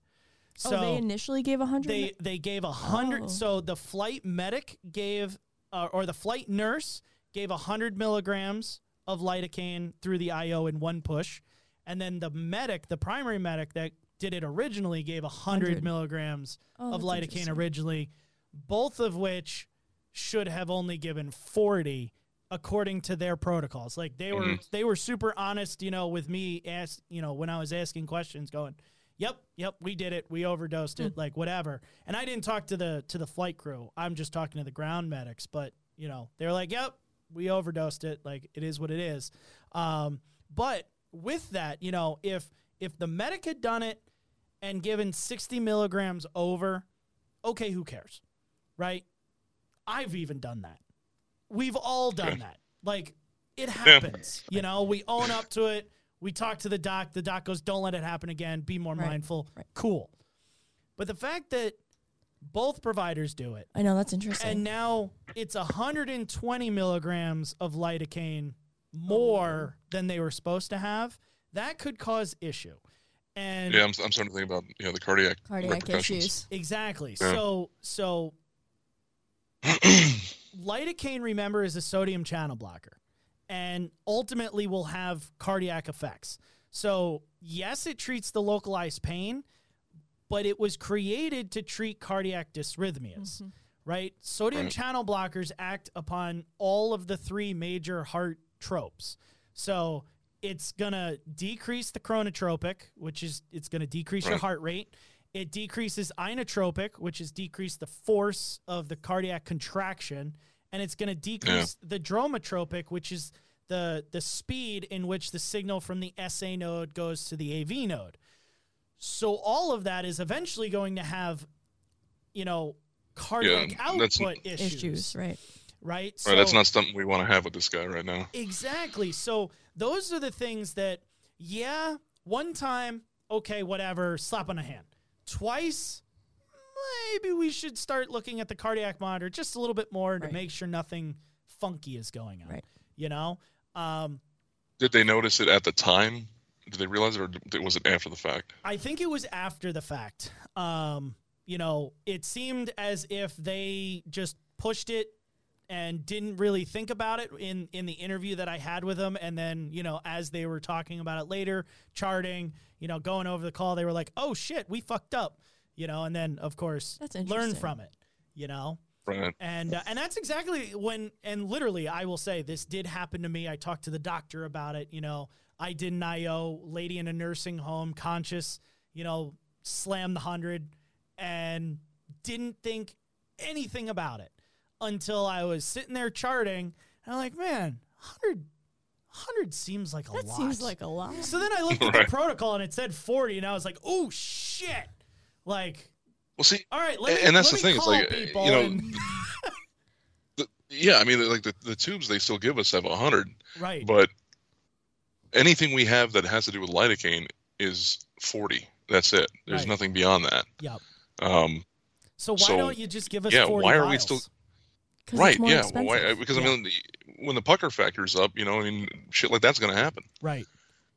[SPEAKER 2] So
[SPEAKER 5] oh, they initially gave a hundred.
[SPEAKER 2] they they gave a hundred.
[SPEAKER 5] Oh.
[SPEAKER 2] So the flight medic gave, uh, or the flight nurse gave a hundred milligrams of lidocaine through the IO in one push, and then the medic, the primary medic that did it originally, gave a hundred
[SPEAKER 5] 100.
[SPEAKER 2] milligrams
[SPEAKER 5] Oh,
[SPEAKER 2] of
[SPEAKER 5] that's
[SPEAKER 2] lidocaine
[SPEAKER 5] interesting.
[SPEAKER 2] originally, both of which should have only given forty according to their protocols. Like they were they were super honest, you know, with me ask you know, when I was asking questions going, Yep, yep, we did it. We overdosed
[SPEAKER 5] Hmm.
[SPEAKER 2] it, like whatever. And I didn't talk to the to the flight crew. I'm just talking to the ground medics, but you know, they're like, Yep, we overdosed it, like it is what it is. Um, but with that, you know, if if the medic had done it and given sixty milligrams over, okay, who cares? Right? I've even done that. We've all done that. Like it happens. You know, we own up to it. We talk to the doc. The doc goes, "Don't let it happen again. Be more
[SPEAKER 5] Right,
[SPEAKER 2] mindful."
[SPEAKER 5] right.
[SPEAKER 2] Cool. But the fact that both providers do it,
[SPEAKER 5] I know that's interesting.
[SPEAKER 2] and now it's 120 milligrams of lidocaine more than they were supposed to have, that could cause issue. And
[SPEAKER 4] Yeah, I'm, I'm starting to think about you know the cardiac
[SPEAKER 3] Cardiac
[SPEAKER 4] repercussions.
[SPEAKER 3] issues.
[SPEAKER 2] Exactly.
[SPEAKER 4] Yeah.
[SPEAKER 2] So so lidocaine remember is a sodium channel blocker and ultimately will have cardiac effects. So yes, it treats the localized pain, but it was created to treat cardiac dysrhythmias. Right? Sodium
[SPEAKER 4] Right.
[SPEAKER 2] channel blockers act upon all of the three major heart tropes. So it's gonna decrease the chronotropic, which is it's gonna decrease your
[SPEAKER 4] Right.
[SPEAKER 2] heart rate. It decreases inotropic, which is decrease the force of the cardiac contraction, and it's gonna decrease the dromotropic, which is the the speed in which the signal from the SA node goes to the AV node. So all of that is eventually going to have, you know, cardiac
[SPEAKER 4] Yeah, that's-
[SPEAKER 2] output issues,
[SPEAKER 5] issues, right?
[SPEAKER 2] right?
[SPEAKER 4] Right, that's not something we want to have with this guy right now.
[SPEAKER 2] Exactly. So those are the things that, yeah, one time, okay, whatever, slap on the hand. Twice, maybe we should start looking at the cardiac monitor just a little bit more to
[SPEAKER 5] Right.
[SPEAKER 2] make sure nothing funky is going on.
[SPEAKER 5] Right.
[SPEAKER 2] You know? Um,
[SPEAKER 4] Did they notice it at the time? Did they realize it, or did- was it after the fact?
[SPEAKER 2] I think it was after the fact. Um, you know, it seemed as if they just pushed it and didn't really think about it in in the interview that I had with them. And then, you know, as they were talking about it later, charting, you know, going over the call, they were like, "Oh shit, we fucked up," you know. And then, of course,
[SPEAKER 5] That's
[SPEAKER 2] learn
[SPEAKER 5] interesting.
[SPEAKER 2] from it, you know
[SPEAKER 4] Right.
[SPEAKER 2] and uh, and that's exactly when and literally I will say this did happen to me. I talked to the doctor about it. You know, I did an IO, lady in a nursing home, conscious. You know, slammed the hundred and didn't think anything about it until I was sitting there charting. And I'm like, man, 100, 100 seems like a
[SPEAKER 5] That
[SPEAKER 2] lot.
[SPEAKER 5] seems like a lot.
[SPEAKER 2] so then I looked at
[SPEAKER 4] Right.
[SPEAKER 2] the protocol and it said 40, and I was like, oh shit! Like,
[SPEAKER 4] Well, see,
[SPEAKER 2] all right, let me,
[SPEAKER 4] and that's
[SPEAKER 2] let
[SPEAKER 4] the
[SPEAKER 2] me
[SPEAKER 4] thing. It's
[SPEAKER 2] call
[SPEAKER 4] like
[SPEAKER 2] people
[SPEAKER 4] you know,
[SPEAKER 2] and-
[SPEAKER 4] the, yeah. I mean, like the, the tubes they still give us have hundred,
[SPEAKER 2] right.
[SPEAKER 4] but anything we have that has to do with lidocaine is forty. That's it. There's
[SPEAKER 2] Right.
[SPEAKER 4] nothing beyond that.
[SPEAKER 2] Yep.
[SPEAKER 4] Um,
[SPEAKER 2] So why
[SPEAKER 4] So,
[SPEAKER 2] don't you just give us?
[SPEAKER 4] yeah,
[SPEAKER 2] 40
[SPEAKER 4] why are
[SPEAKER 2] vials?
[SPEAKER 4] we still-
[SPEAKER 5] 'Cause
[SPEAKER 4] right?
[SPEAKER 5] It's more
[SPEAKER 4] Yeah. well,
[SPEAKER 5] Expensive.
[SPEAKER 4] why, because I
[SPEAKER 2] Yeah.
[SPEAKER 4] mean, the- when the pucker factor's up, you know, I mean, shit like that's going to happen.
[SPEAKER 2] Right.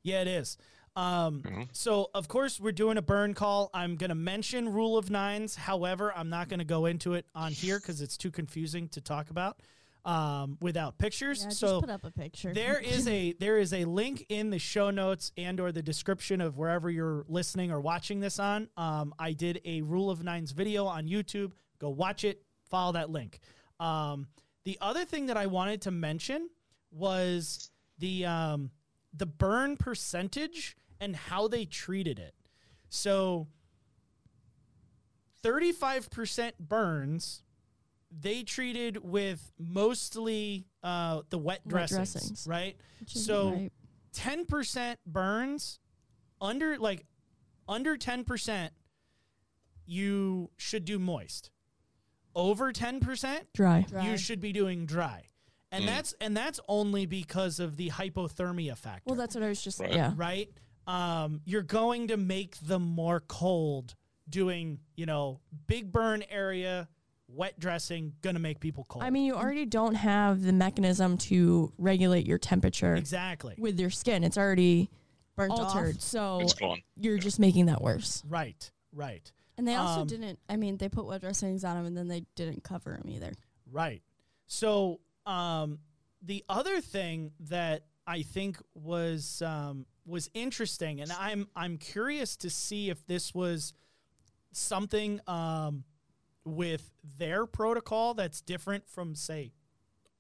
[SPEAKER 2] Yeah, it is. Um,
[SPEAKER 4] You know?
[SPEAKER 2] so of course we're doing a burn call. I'm gonna mention rule of nines. However, I'm not gonna go into it on here because it's too confusing to talk about um, without pictures.
[SPEAKER 3] Yeah, just
[SPEAKER 2] so
[SPEAKER 3] put up a picture.
[SPEAKER 2] there is a there is a link in the show notes and or the description of wherever you're listening or watching this on. Um, I did a rule of nines video on YouTube. Go watch it. Follow that link. Um, the other thing that I wanted to mention was the um, the burn percentage and how they treated it. So, thirty five percent burns they treated with mostly uh, the wet
[SPEAKER 5] Wet
[SPEAKER 2] dressings,
[SPEAKER 5] dressings.
[SPEAKER 2] right?
[SPEAKER 5] Which is
[SPEAKER 2] so-
[SPEAKER 5] right.
[SPEAKER 2] Ten percent burns, under like under ten percent, you should do moist. Over ten percent,
[SPEAKER 5] dry.
[SPEAKER 3] Dry.
[SPEAKER 2] you should be doing dry. and that's and that's only because of the hypothermia factor.
[SPEAKER 5] Well, that's what I was just
[SPEAKER 4] Right.
[SPEAKER 5] yeah.
[SPEAKER 2] right? Um, you're going to make them more cold doing, you know, big burn area, wet dressing, gonna make people cold.
[SPEAKER 5] I mean, you already don't have the mechanism to regulate your temperature
[SPEAKER 2] exactly.
[SPEAKER 5] with your skin. It's already
[SPEAKER 3] Burnt
[SPEAKER 5] altered,
[SPEAKER 3] off.
[SPEAKER 5] so
[SPEAKER 4] It's gone.
[SPEAKER 5] you're just making that worse.
[SPEAKER 2] Right, right,
[SPEAKER 3] And they also
[SPEAKER 2] Um,
[SPEAKER 3] didn't. I mean, they put wet dressings on them, and then they didn't cover them either.
[SPEAKER 2] right. So, um, the other thing that I think was um, was interesting, and I'm I'm curious to see if this was something um, with their protocol that's different from say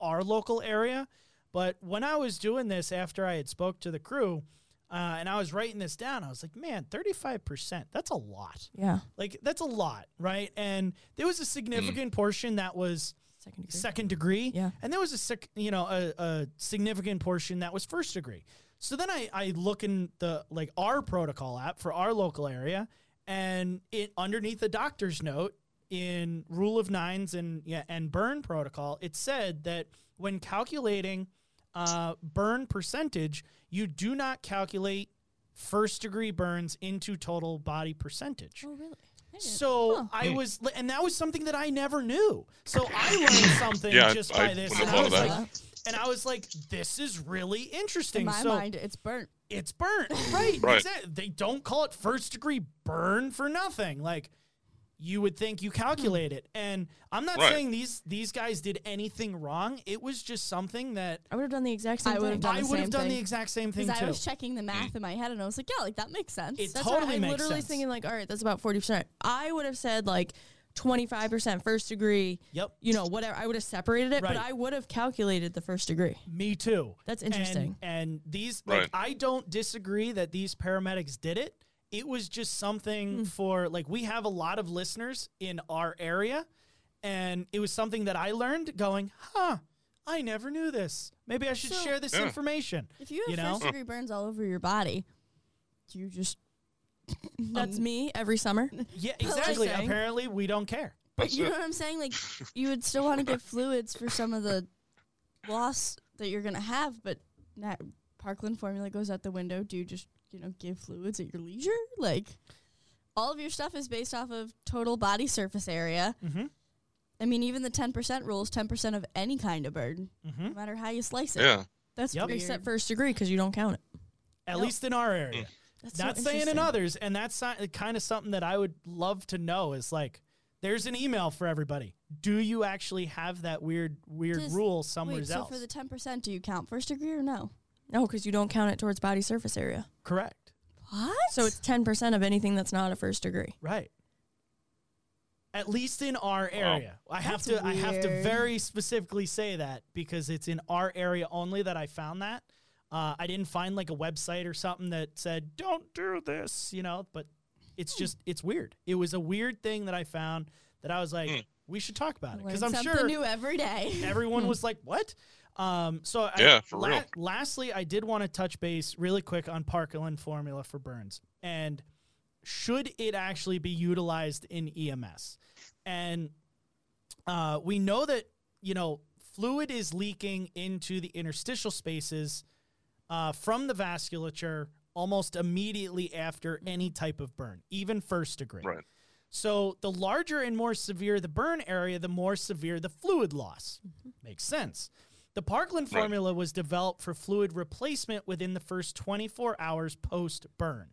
[SPEAKER 2] our local area. But when I was doing this after I had spoke to the crew, uh, and I was writing this down, I was like, man, thirty five percent. That's a lot.
[SPEAKER 5] Yeah,
[SPEAKER 2] Like that's a lot, right? And there was a significant portion that was
[SPEAKER 5] second degree.
[SPEAKER 2] second degree.
[SPEAKER 5] Yeah.
[SPEAKER 2] And there was a sec, you know, a, a significant portion that was first degree. So then I, I look in the like our protocol app for our local area and it underneath the doctor's note in rule of nines and yeah, and burn protocol, it said that when calculating uh, burn percentage, you do not calculate first degree burns into total body percentage.
[SPEAKER 5] oh, really? I didn't-
[SPEAKER 2] So
[SPEAKER 4] Hmm.
[SPEAKER 2] I was, and that was something that I never knew. So I learned something
[SPEAKER 4] Yeah, I-
[SPEAKER 2] just
[SPEAKER 4] I
[SPEAKER 2] by this,
[SPEAKER 4] wouldn't have
[SPEAKER 2] and I
[SPEAKER 4] thought
[SPEAKER 2] was
[SPEAKER 4] of
[SPEAKER 2] like,
[SPEAKER 4] that.
[SPEAKER 2] and I was like, this is really interesting.
[SPEAKER 3] In my
[SPEAKER 2] so
[SPEAKER 3] mind, it's burnt.
[SPEAKER 2] it's burnt, right?
[SPEAKER 4] Right.
[SPEAKER 2] exact- They don't call it first degree burn for nothing. Like you would think you calculate
[SPEAKER 3] Hmm.
[SPEAKER 2] it, and I'm not
[SPEAKER 4] Right.
[SPEAKER 2] saying these these guys did anything wrong. It was just something that
[SPEAKER 5] I would have done the exact same
[SPEAKER 3] I
[SPEAKER 5] thing.
[SPEAKER 3] would've done
[SPEAKER 2] I
[SPEAKER 3] the
[SPEAKER 2] would have
[SPEAKER 3] same
[SPEAKER 2] done the
[SPEAKER 3] thing.
[SPEAKER 2] exact same thing
[SPEAKER 3] Because
[SPEAKER 2] too.
[SPEAKER 3] I was checking the math in my head, and I was like, "Yeah, like that makes sense."
[SPEAKER 2] it
[SPEAKER 5] That's
[SPEAKER 2] totally
[SPEAKER 5] what I
[SPEAKER 2] makes
[SPEAKER 5] literally
[SPEAKER 2] sense.
[SPEAKER 5] thinking like, all right, that's about forty percent. I would have said like twenty five percent first degree.
[SPEAKER 2] Yep.
[SPEAKER 5] You know, whatever. I would have separated it,
[SPEAKER 2] Right.
[SPEAKER 5] but I would have calculated the first degree.
[SPEAKER 2] Me too.
[SPEAKER 5] That's interesting.
[SPEAKER 2] And, and these, like,
[SPEAKER 4] Right.
[SPEAKER 2] I don't disagree that these paramedics did it. It was just
[SPEAKER 3] Hmm.
[SPEAKER 2] something for, like, we have a lot of listeners in our area. And it was something that I learned going, huh, I never knew this. Maybe I should
[SPEAKER 3] So-
[SPEAKER 2] share this
[SPEAKER 4] Yeah.
[SPEAKER 2] information.
[SPEAKER 3] If you have
[SPEAKER 2] You know?
[SPEAKER 3] first degree burns all over your body, do you just
[SPEAKER 5] That's me every summer.
[SPEAKER 2] Yeah,
[SPEAKER 3] what I'm
[SPEAKER 2] exactly.
[SPEAKER 3] saying.
[SPEAKER 2] Apparently, we don't care.
[SPEAKER 3] But
[SPEAKER 4] That's
[SPEAKER 3] you
[SPEAKER 4] it.
[SPEAKER 3] know what I'm saying? Like, you would still want to get fluids for some of the loss that you're gonna have, but that Parkland formula goes out the window. Do you just, you know, give fluids at your leisure? Like, all of your stuff is based off of total body surface area.
[SPEAKER 2] Mhm.
[SPEAKER 3] I mean, even the 10% rule is 10% of any kind of burn,
[SPEAKER 2] Mhm.
[SPEAKER 3] no matter how you slice it.
[SPEAKER 4] Yeah.
[SPEAKER 3] That's
[SPEAKER 2] Yep.
[SPEAKER 3] weird.
[SPEAKER 5] Except first degree because you don't count it.
[SPEAKER 2] At
[SPEAKER 5] Nope.
[SPEAKER 2] least in our area.
[SPEAKER 5] That's
[SPEAKER 2] Not
[SPEAKER 5] so
[SPEAKER 2] saying in
[SPEAKER 5] interesting.
[SPEAKER 2] others. And that's si- kind of something that I would love to know is like, there's an email for everybody. Do you actually have that weird, weird
[SPEAKER 3] Does-
[SPEAKER 2] rule somewhere
[SPEAKER 3] Wait, so
[SPEAKER 2] else?
[SPEAKER 3] for the 10%, do you count first degree or no?
[SPEAKER 5] No, because you don't count it towards body surface area.
[SPEAKER 2] Correct.
[SPEAKER 3] What?
[SPEAKER 5] So it's ten percent of anything that's not a first degree.
[SPEAKER 2] Right. At least in our area. I have to
[SPEAKER 3] That's
[SPEAKER 2] I have to
[SPEAKER 3] weird.
[SPEAKER 2] very specifically say that because it's in our area only that I found that. Uh, I didn't find like a website or something that said don't do this, you know, but it's just it's weird. It was a weird thing that I found that I was like
[SPEAKER 3] Hmm.
[SPEAKER 2] we should talk about it because
[SPEAKER 3] Learn
[SPEAKER 2] I'm
[SPEAKER 3] something
[SPEAKER 2] sure
[SPEAKER 3] new every day.
[SPEAKER 2] everyone was like, "What?" Um, so I,
[SPEAKER 4] Yeah, for real.
[SPEAKER 2] Lastly, I did want to touch base really quick on Parkland formula for burns and should it actually be utilized in EMS? And uh, we know that you know fluid is leaking into the interstitial spaces uh, from the vasculature almost immediately after any type of burn, even first degree.
[SPEAKER 4] Right.
[SPEAKER 2] So the larger and more severe the burn area, the more severe the fluid loss. Makes sense. The Parkland
[SPEAKER 4] Right.
[SPEAKER 2] formula was developed for fluid replacement within the first 24 hours post burn.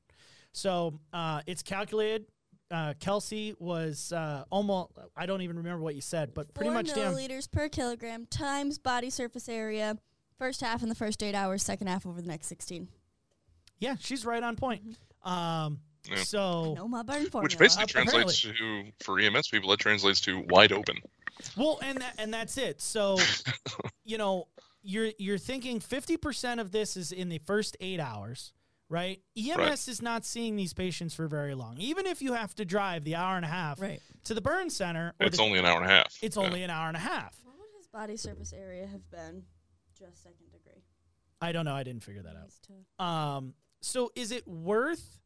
[SPEAKER 2] So uh, it's calculated. Uh, Kelsey was uh, almost, I don't even remember what you said, but pretty
[SPEAKER 3] Four
[SPEAKER 2] much damn.
[SPEAKER 3] milliliters per kilogram times body surface area. First half in the first eight hours, second half over the next 16.
[SPEAKER 2] Yeah, she's right on point. Um,
[SPEAKER 4] Yeah.
[SPEAKER 2] So,
[SPEAKER 3] oh, No, my burn formula.
[SPEAKER 4] Which basically
[SPEAKER 2] up-
[SPEAKER 4] translates to for EMS people that translates to wide open.
[SPEAKER 2] well, and that, and that's it. So, you know, you're you're thinking 50% of this is in the first 8 hours, right? EMS
[SPEAKER 4] Right.
[SPEAKER 2] is not seeing these patients for very long. Even if you have to drive the hour and a half
[SPEAKER 5] Right.
[SPEAKER 2] to the burn center, or
[SPEAKER 4] It's
[SPEAKER 2] to-
[SPEAKER 4] only an hour and a half.
[SPEAKER 2] it's
[SPEAKER 4] Yeah.
[SPEAKER 2] only an hour and a half.
[SPEAKER 3] What would his body surface area have been just second degree?
[SPEAKER 2] I don't know, I didn't figure that out. Um, so is it worth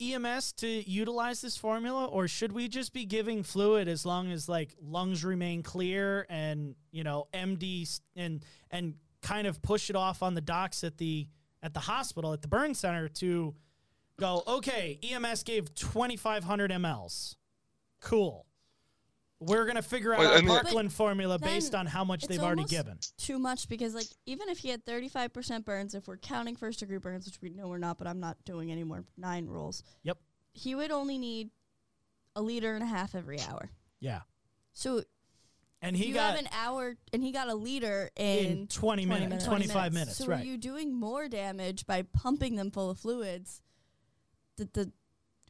[SPEAKER 2] EMS to utilize this formula, or should we just be giving fluid as long as like lungs remain clear and you know MD s- and and kind of push it off on the docs at the at the hospital at the burn center to go? Okay, EMS gave twenty five hundred mLs. Cool. We're gonna figure out
[SPEAKER 4] Well,
[SPEAKER 2] our
[SPEAKER 4] I mean- But
[SPEAKER 2] Parkland formula based
[SPEAKER 3] then
[SPEAKER 2] on how much
[SPEAKER 3] it's
[SPEAKER 2] they've already
[SPEAKER 3] almost-
[SPEAKER 2] given.
[SPEAKER 3] too much because like even if he had 35% burns if we're counting first degree burns which we know we're not but i'm not doing any more nine rules
[SPEAKER 2] Yep.
[SPEAKER 3] he would only need a liter and a half every hour
[SPEAKER 2] Yeah.
[SPEAKER 3] so
[SPEAKER 2] And he
[SPEAKER 3] you
[SPEAKER 2] got
[SPEAKER 3] have an hour and he got a liter in,
[SPEAKER 2] in 20, minutes,
[SPEAKER 5] minutes.
[SPEAKER 2] 25 minutes,
[SPEAKER 3] so
[SPEAKER 2] right.
[SPEAKER 3] are you doing more damage by pumping them full of fluids the, the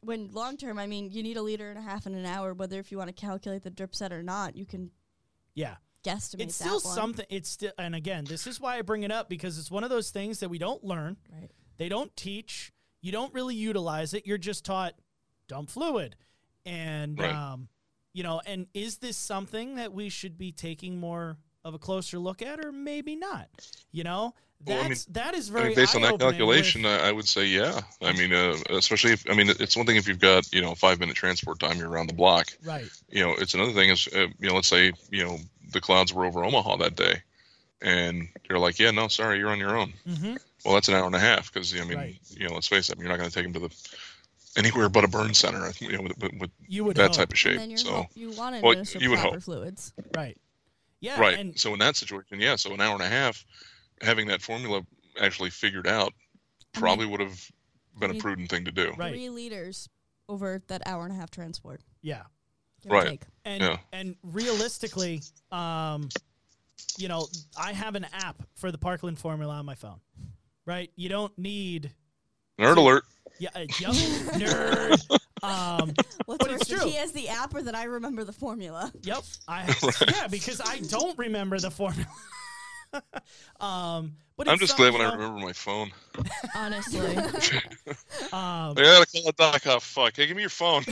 [SPEAKER 3] when long term i mean you need a liter and a half in an hour whether if you want to calculate the drip set or not you can
[SPEAKER 2] yeah.
[SPEAKER 3] guesstimate
[SPEAKER 2] It's
[SPEAKER 3] that
[SPEAKER 2] still
[SPEAKER 3] one.
[SPEAKER 2] something it's still and again, this is why I bring it up because it's one of those things that we don't learn.
[SPEAKER 5] Right.
[SPEAKER 2] They don't teach. You don't really utilize it. You're just taught dump fluid. And
[SPEAKER 4] Right.
[SPEAKER 2] um, you know, and is this something that we should be taking more of a closer look at or maybe not? You know?
[SPEAKER 4] Well, I mean-
[SPEAKER 2] That's that is
[SPEAKER 4] I
[SPEAKER 2] very
[SPEAKER 4] mean, based on that
[SPEAKER 2] eye-opening with-
[SPEAKER 4] calculation, uh, I, I would say yeah. I mean, uh, especially if I mean, it's one thing if you've got you know five minute transport time, you're around the block.
[SPEAKER 2] right.
[SPEAKER 4] you know, it's another thing is, uh, you know, let's say, you know, the clouds were over Omaha that day and you're like, yeah, no, sorry, you're on your own.
[SPEAKER 2] Mhm.
[SPEAKER 4] Well, that's an hour and a half. Cause I mean,
[SPEAKER 2] Right.
[SPEAKER 4] you know, let's face it, I mean, you're not going to take them to the, anywhere but a burn center, you know, with, with, with
[SPEAKER 2] You would
[SPEAKER 4] that
[SPEAKER 2] hope.
[SPEAKER 4] type of
[SPEAKER 3] and
[SPEAKER 4] shape.
[SPEAKER 3] then you're
[SPEAKER 4] So,
[SPEAKER 3] ho- you want to
[SPEAKER 4] Well,
[SPEAKER 3] administer
[SPEAKER 4] you would
[SPEAKER 3] proper
[SPEAKER 4] hope.
[SPEAKER 3] fluids
[SPEAKER 2] right. Yeah.
[SPEAKER 4] right.
[SPEAKER 2] And
[SPEAKER 4] so in that situation, yeah. So an hour and a half, having that formula actually figured out probably would have been a
[SPEAKER 3] you-
[SPEAKER 4] prudent thing to do.
[SPEAKER 2] Right.
[SPEAKER 3] three liters over that hour and a half transport.
[SPEAKER 2] yeah.
[SPEAKER 3] give or
[SPEAKER 4] Right.
[SPEAKER 3] take.
[SPEAKER 2] and
[SPEAKER 4] Yeah.
[SPEAKER 2] and realistically, um, you know, I have an app for the Parkland formula on my phone, right? You don't need
[SPEAKER 4] Nerd alert.
[SPEAKER 2] yeah, uh, yup, nerd. Um,
[SPEAKER 3] What's
[SPEAKER 2] But
[SPEAKER 3] worse,
[SPEAKER 2] it's
[SPEAKER 3] if
[SPEAKER 2] true.
[SPEAKER 3] he has the app or that I remember the formula.
[SPEAKER 2] Yep. I yeah, because I don't remember the formula. um, but
[SPEAKER 4] I'm
[SPEAKER 2] it's
[SPEAKER 4] just
[SPEAKER 2] some-
[SPEAKER 4] glad
[SPEAKER 2] you
[SPEAKER 4] when I
[SPEAKER 2] know,
[SPEAKER 4] remember my phone.
[SPEAKER 5] Honestly.
[SPEAKER 2] Um,
[SPEAKER 4] I gotta call a doc. Oh, fuck. Hey, give me your phone.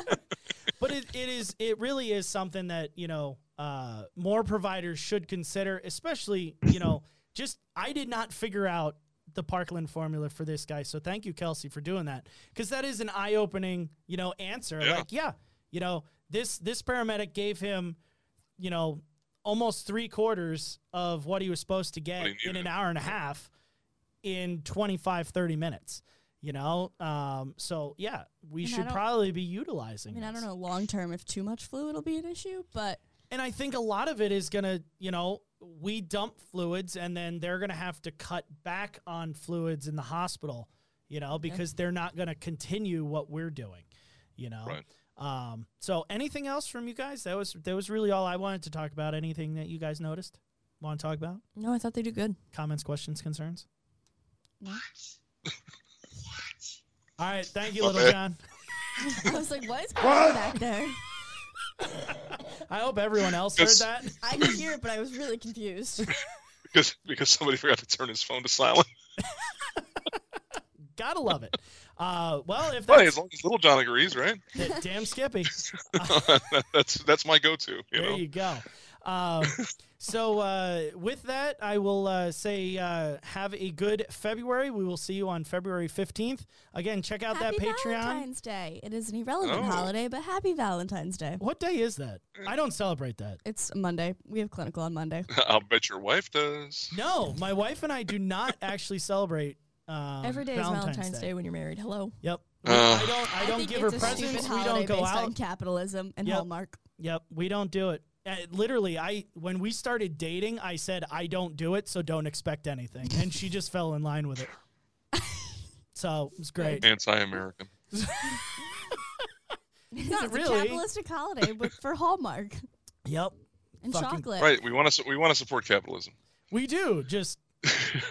[SPEAKER 2] but it, it is it really is something that you know uh, more providers should consider especially you know just i did not figure out the parkland formula for this guy so thank you kelsey for doing that because that is an eye-opening you know answer
[SPEAKER 4] Yeah.
[SPEAKER 2] like yeah you know this this paramedic gave him you know almost three quarters of what he was supposed to get
[SPEAKER 4] What he
[SPEAKER 2] in an
[SPEAKER 4] needed.
[SPEAKER 2] hour and a half in 25 30 minutes you know um, so yeah we
[SPEAKER 3] And I
[SPEAKER 2] should
[SPEAKER 3] don't-
[SPEAKER 2] probably be utilizing
[SPEAKER 3] I mean, I
[SPEAKER 2] this.
[SPEAKER 3] don't know long term if too much fluid will be an issue, but
[SPEAKER 2] And I think a lot of it is going to, you know, we dump fluids and then they're going to have to cut back on fluids in the hospital, you know, because they're not going to continue what we're doing, you know.
[SPEAKER 4] Right.
[SPEAKER 2] Um, so anything else from you guys? That was that was really all I wanted to talk about. Anything that you guys noticed? Want to talk about?
[SPEAKER 5] no, I thought they do good.
[SPEAKER 2] Comments, questions, concerns?
[SPEAKER 3] No.
[SPEAKER 2] All right, thank you,
[SPEAKER 4] My
[SPEAKER 2] little
[SPEAKER 4] bad.
[SPEAKER 2] John.
[SPEAKER 3] I was like, what is going on back there?
[SPEAKER 2] I hope everyone else heard
[SPEAKER 4] Yes.
[SPEAKER 2] that.
[SPEAKER 3] I could hear it, but I was really confused.
[SPEAKER 4] because because somebody forgot to turn his phone to silent.
[SPEAKER 2] Gotta love it. Uh, well, if
[SPEAKER 4] Hey, as
[SPEAKER 2] that's
[SPEAKER 4] long as Little John agrees, right?
[SPEAKER 2] damn Skippy.
[SPEAKER 4] that's that's my go-to. You
[SPEAKER 2] Uh-huh. there
[SPEAKER 4] know,
[SPEAKER 2] you go. Um, so uh, with that, I will uh, say uh, have a good February. We will see you on February fifteenth. Again, check out
[SPEAKER 3] happy
[SPEAKER 2] that Patreon.
[SPEAKER 3] Valentine's Day. It is an irrelevant
[SPEAKER 4] Oh.
[SPEAKER 3] holiday, but happy Valentine's Day.
[SPEAKER 2] What day is that? I don't celebrate that.
[SPEAKER 3] It's Monday. We have clinical on Monday.
[SPEAKER 4] I'll bet your wife does.
[SPEAKER 2] No, my wife and I do not actually celebrate. Um,
[SPEAKER 5] Every day
[SPEAKER 2] Valentine's
[SPEAKER 5] is Valentine's Day. when you're married. Hello.
[SPEAKER 2] Yep.
[SPEAKER 4] Uh,
[SPEAKER 2] I don't. I
[SPEAKER 3] I
[SPEAKER 2] don't
[SPEAKER 3] think
[SPEAKER 2] give her
[SPEAKER 3] it's a
[SPEAKER 2] presents.
[SPEAKER 3] stupid
[SPEAKER 2] We
[SPEAKER 3] holiday
[SPEAKER 2] don't go
[SPEAKER 3] based
[SPEAKER 2] out.
[SPEAKER 3] on capitalism and
[SPEAKER 2] Yep.
[SPEAKER 3] Hallmark.
[SPEAKER 2] Yep, we don't do it. Uh, literally, I when we started dating, I said I don't do it, so don't expect anything, and she just fell in line with it. So it was great.
[SPEAKER 4] Anti-American.
[SPEAKER 3] Not it's
[SPEAKER 2] really.
[SPEAKER 3] a capitalistic holiday but for Hallmark
[SPEAKER 2] Yep,
[SPEAKER 3] and
[SPEAKER 2] Fucking-
[SPEAKER 3] chocolate.
[SPEAKER 4] Right? We want to we want to support capitalism.
[SPEAKER 2] we do just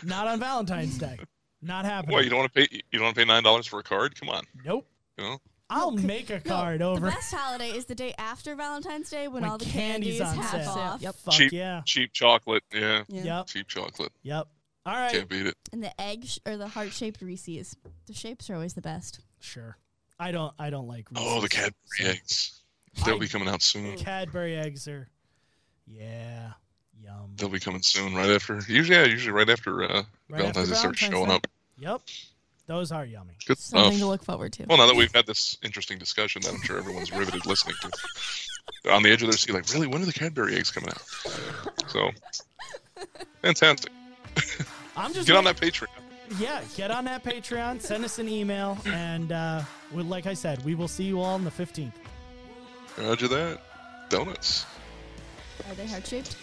[SPEAKER 2] not on Valentine's Day. Not happening.
[SPEAKER 4] Well, you don't want to pay you don't want to pay nine dollars for a card. Come on,
[SPEAKER 2] nope.
[SPEAKER 4] you know.
[SPEAKER 2] I'll make a
[SPEAKER 3] No,
[SPEAKER 2] card
[SPEAKER 3] The
[SPEAKER 2] over.
[SPEAKER 3] best holiday is the day after Valentine's Day when,
[SPEAKER 2] When
[SPEAKER 3] all the
[SPEAKER 2] candy's
[SPEAKER 3] candy is
[SPEAKER 2] on
[SPEAKER 3] half
[SPEAKER 2] sale.
[SPEAKER 3] off.
[SPEAKER 5] Yep.
[SPEAKER 2] Fuck
[SPEAKER 4] cheap
[SPEAKER 2] yeah.
[SPEAKER 4] cheap chocolate. Yeah,
[SPEAKER 3] Yeah.
[SPEAKER 2] Yep.
[SPEAKER 4] cheap chocolate.
[SPEAKER 2] Yep. All right.
[SPEAKER 4] Can't beat it.
[SPEAKER 3] And the egg sh- or the heart shaped Reese's. The shapes are always the best.
[SPEAKER 2] Sure. I don't. I don't like. Reese's.
[SPEAKER 4] Oh, the Cadbury eggs. They'll
[SPEAKER 2] I-
[SPEAKER 4] be coming out soon.
[SPEAKER 2] Cadbury eggs are. Yeah. Yum.
[SPEAKER 4] They'll be coming soon, right after. Usually, yeah, usually right after uh,
[SPEAKER 2] Right after
[SPEAKER 4] Valentine's, they start
[SPEAKER 2] Valentine's
[SPEAKER 4] showing
[SPEAKER 2] Day.
[SPEAKER 4] up.
[SPEAKER 2] Yep. Those are yummy.
[SPEAKER 4] Good
[SPEAKER 5] Something
[SPEAKER 4] stuff.
[SPEAKER 5] to look forward to.
[SPEAKER 4] Well, now that we've had this interesting discussion that I'm sure everyone's riveted listening to, they're on the edge of their seat, like, really, when are the Cadbury eggs coming out? So, fantastic.
[SPEAKER 2] I'm just
[SPEAKER 4] Get on that Patreon.
[SPEAKER 2] yeah. Get on that Patreon. Send us an email, and uh, we, like I said, we will see you all on the 15th.
[SPEAKER 4] Roger that. Donuts.
[SPEAKER 7] Are they heart shaped?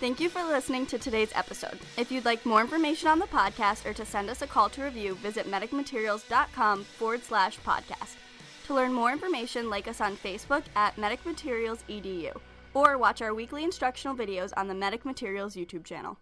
[SPEAKER 7] Thank you for listening to today's episode. If you'd like more information on the podcast or to send us a call to review, visit medicmaterials.com forward slash podcast. To learn more information, like us on Facebook at E medicmaterialsedu or watch our weekly instructional videos on the Medic Materials YouTube channel.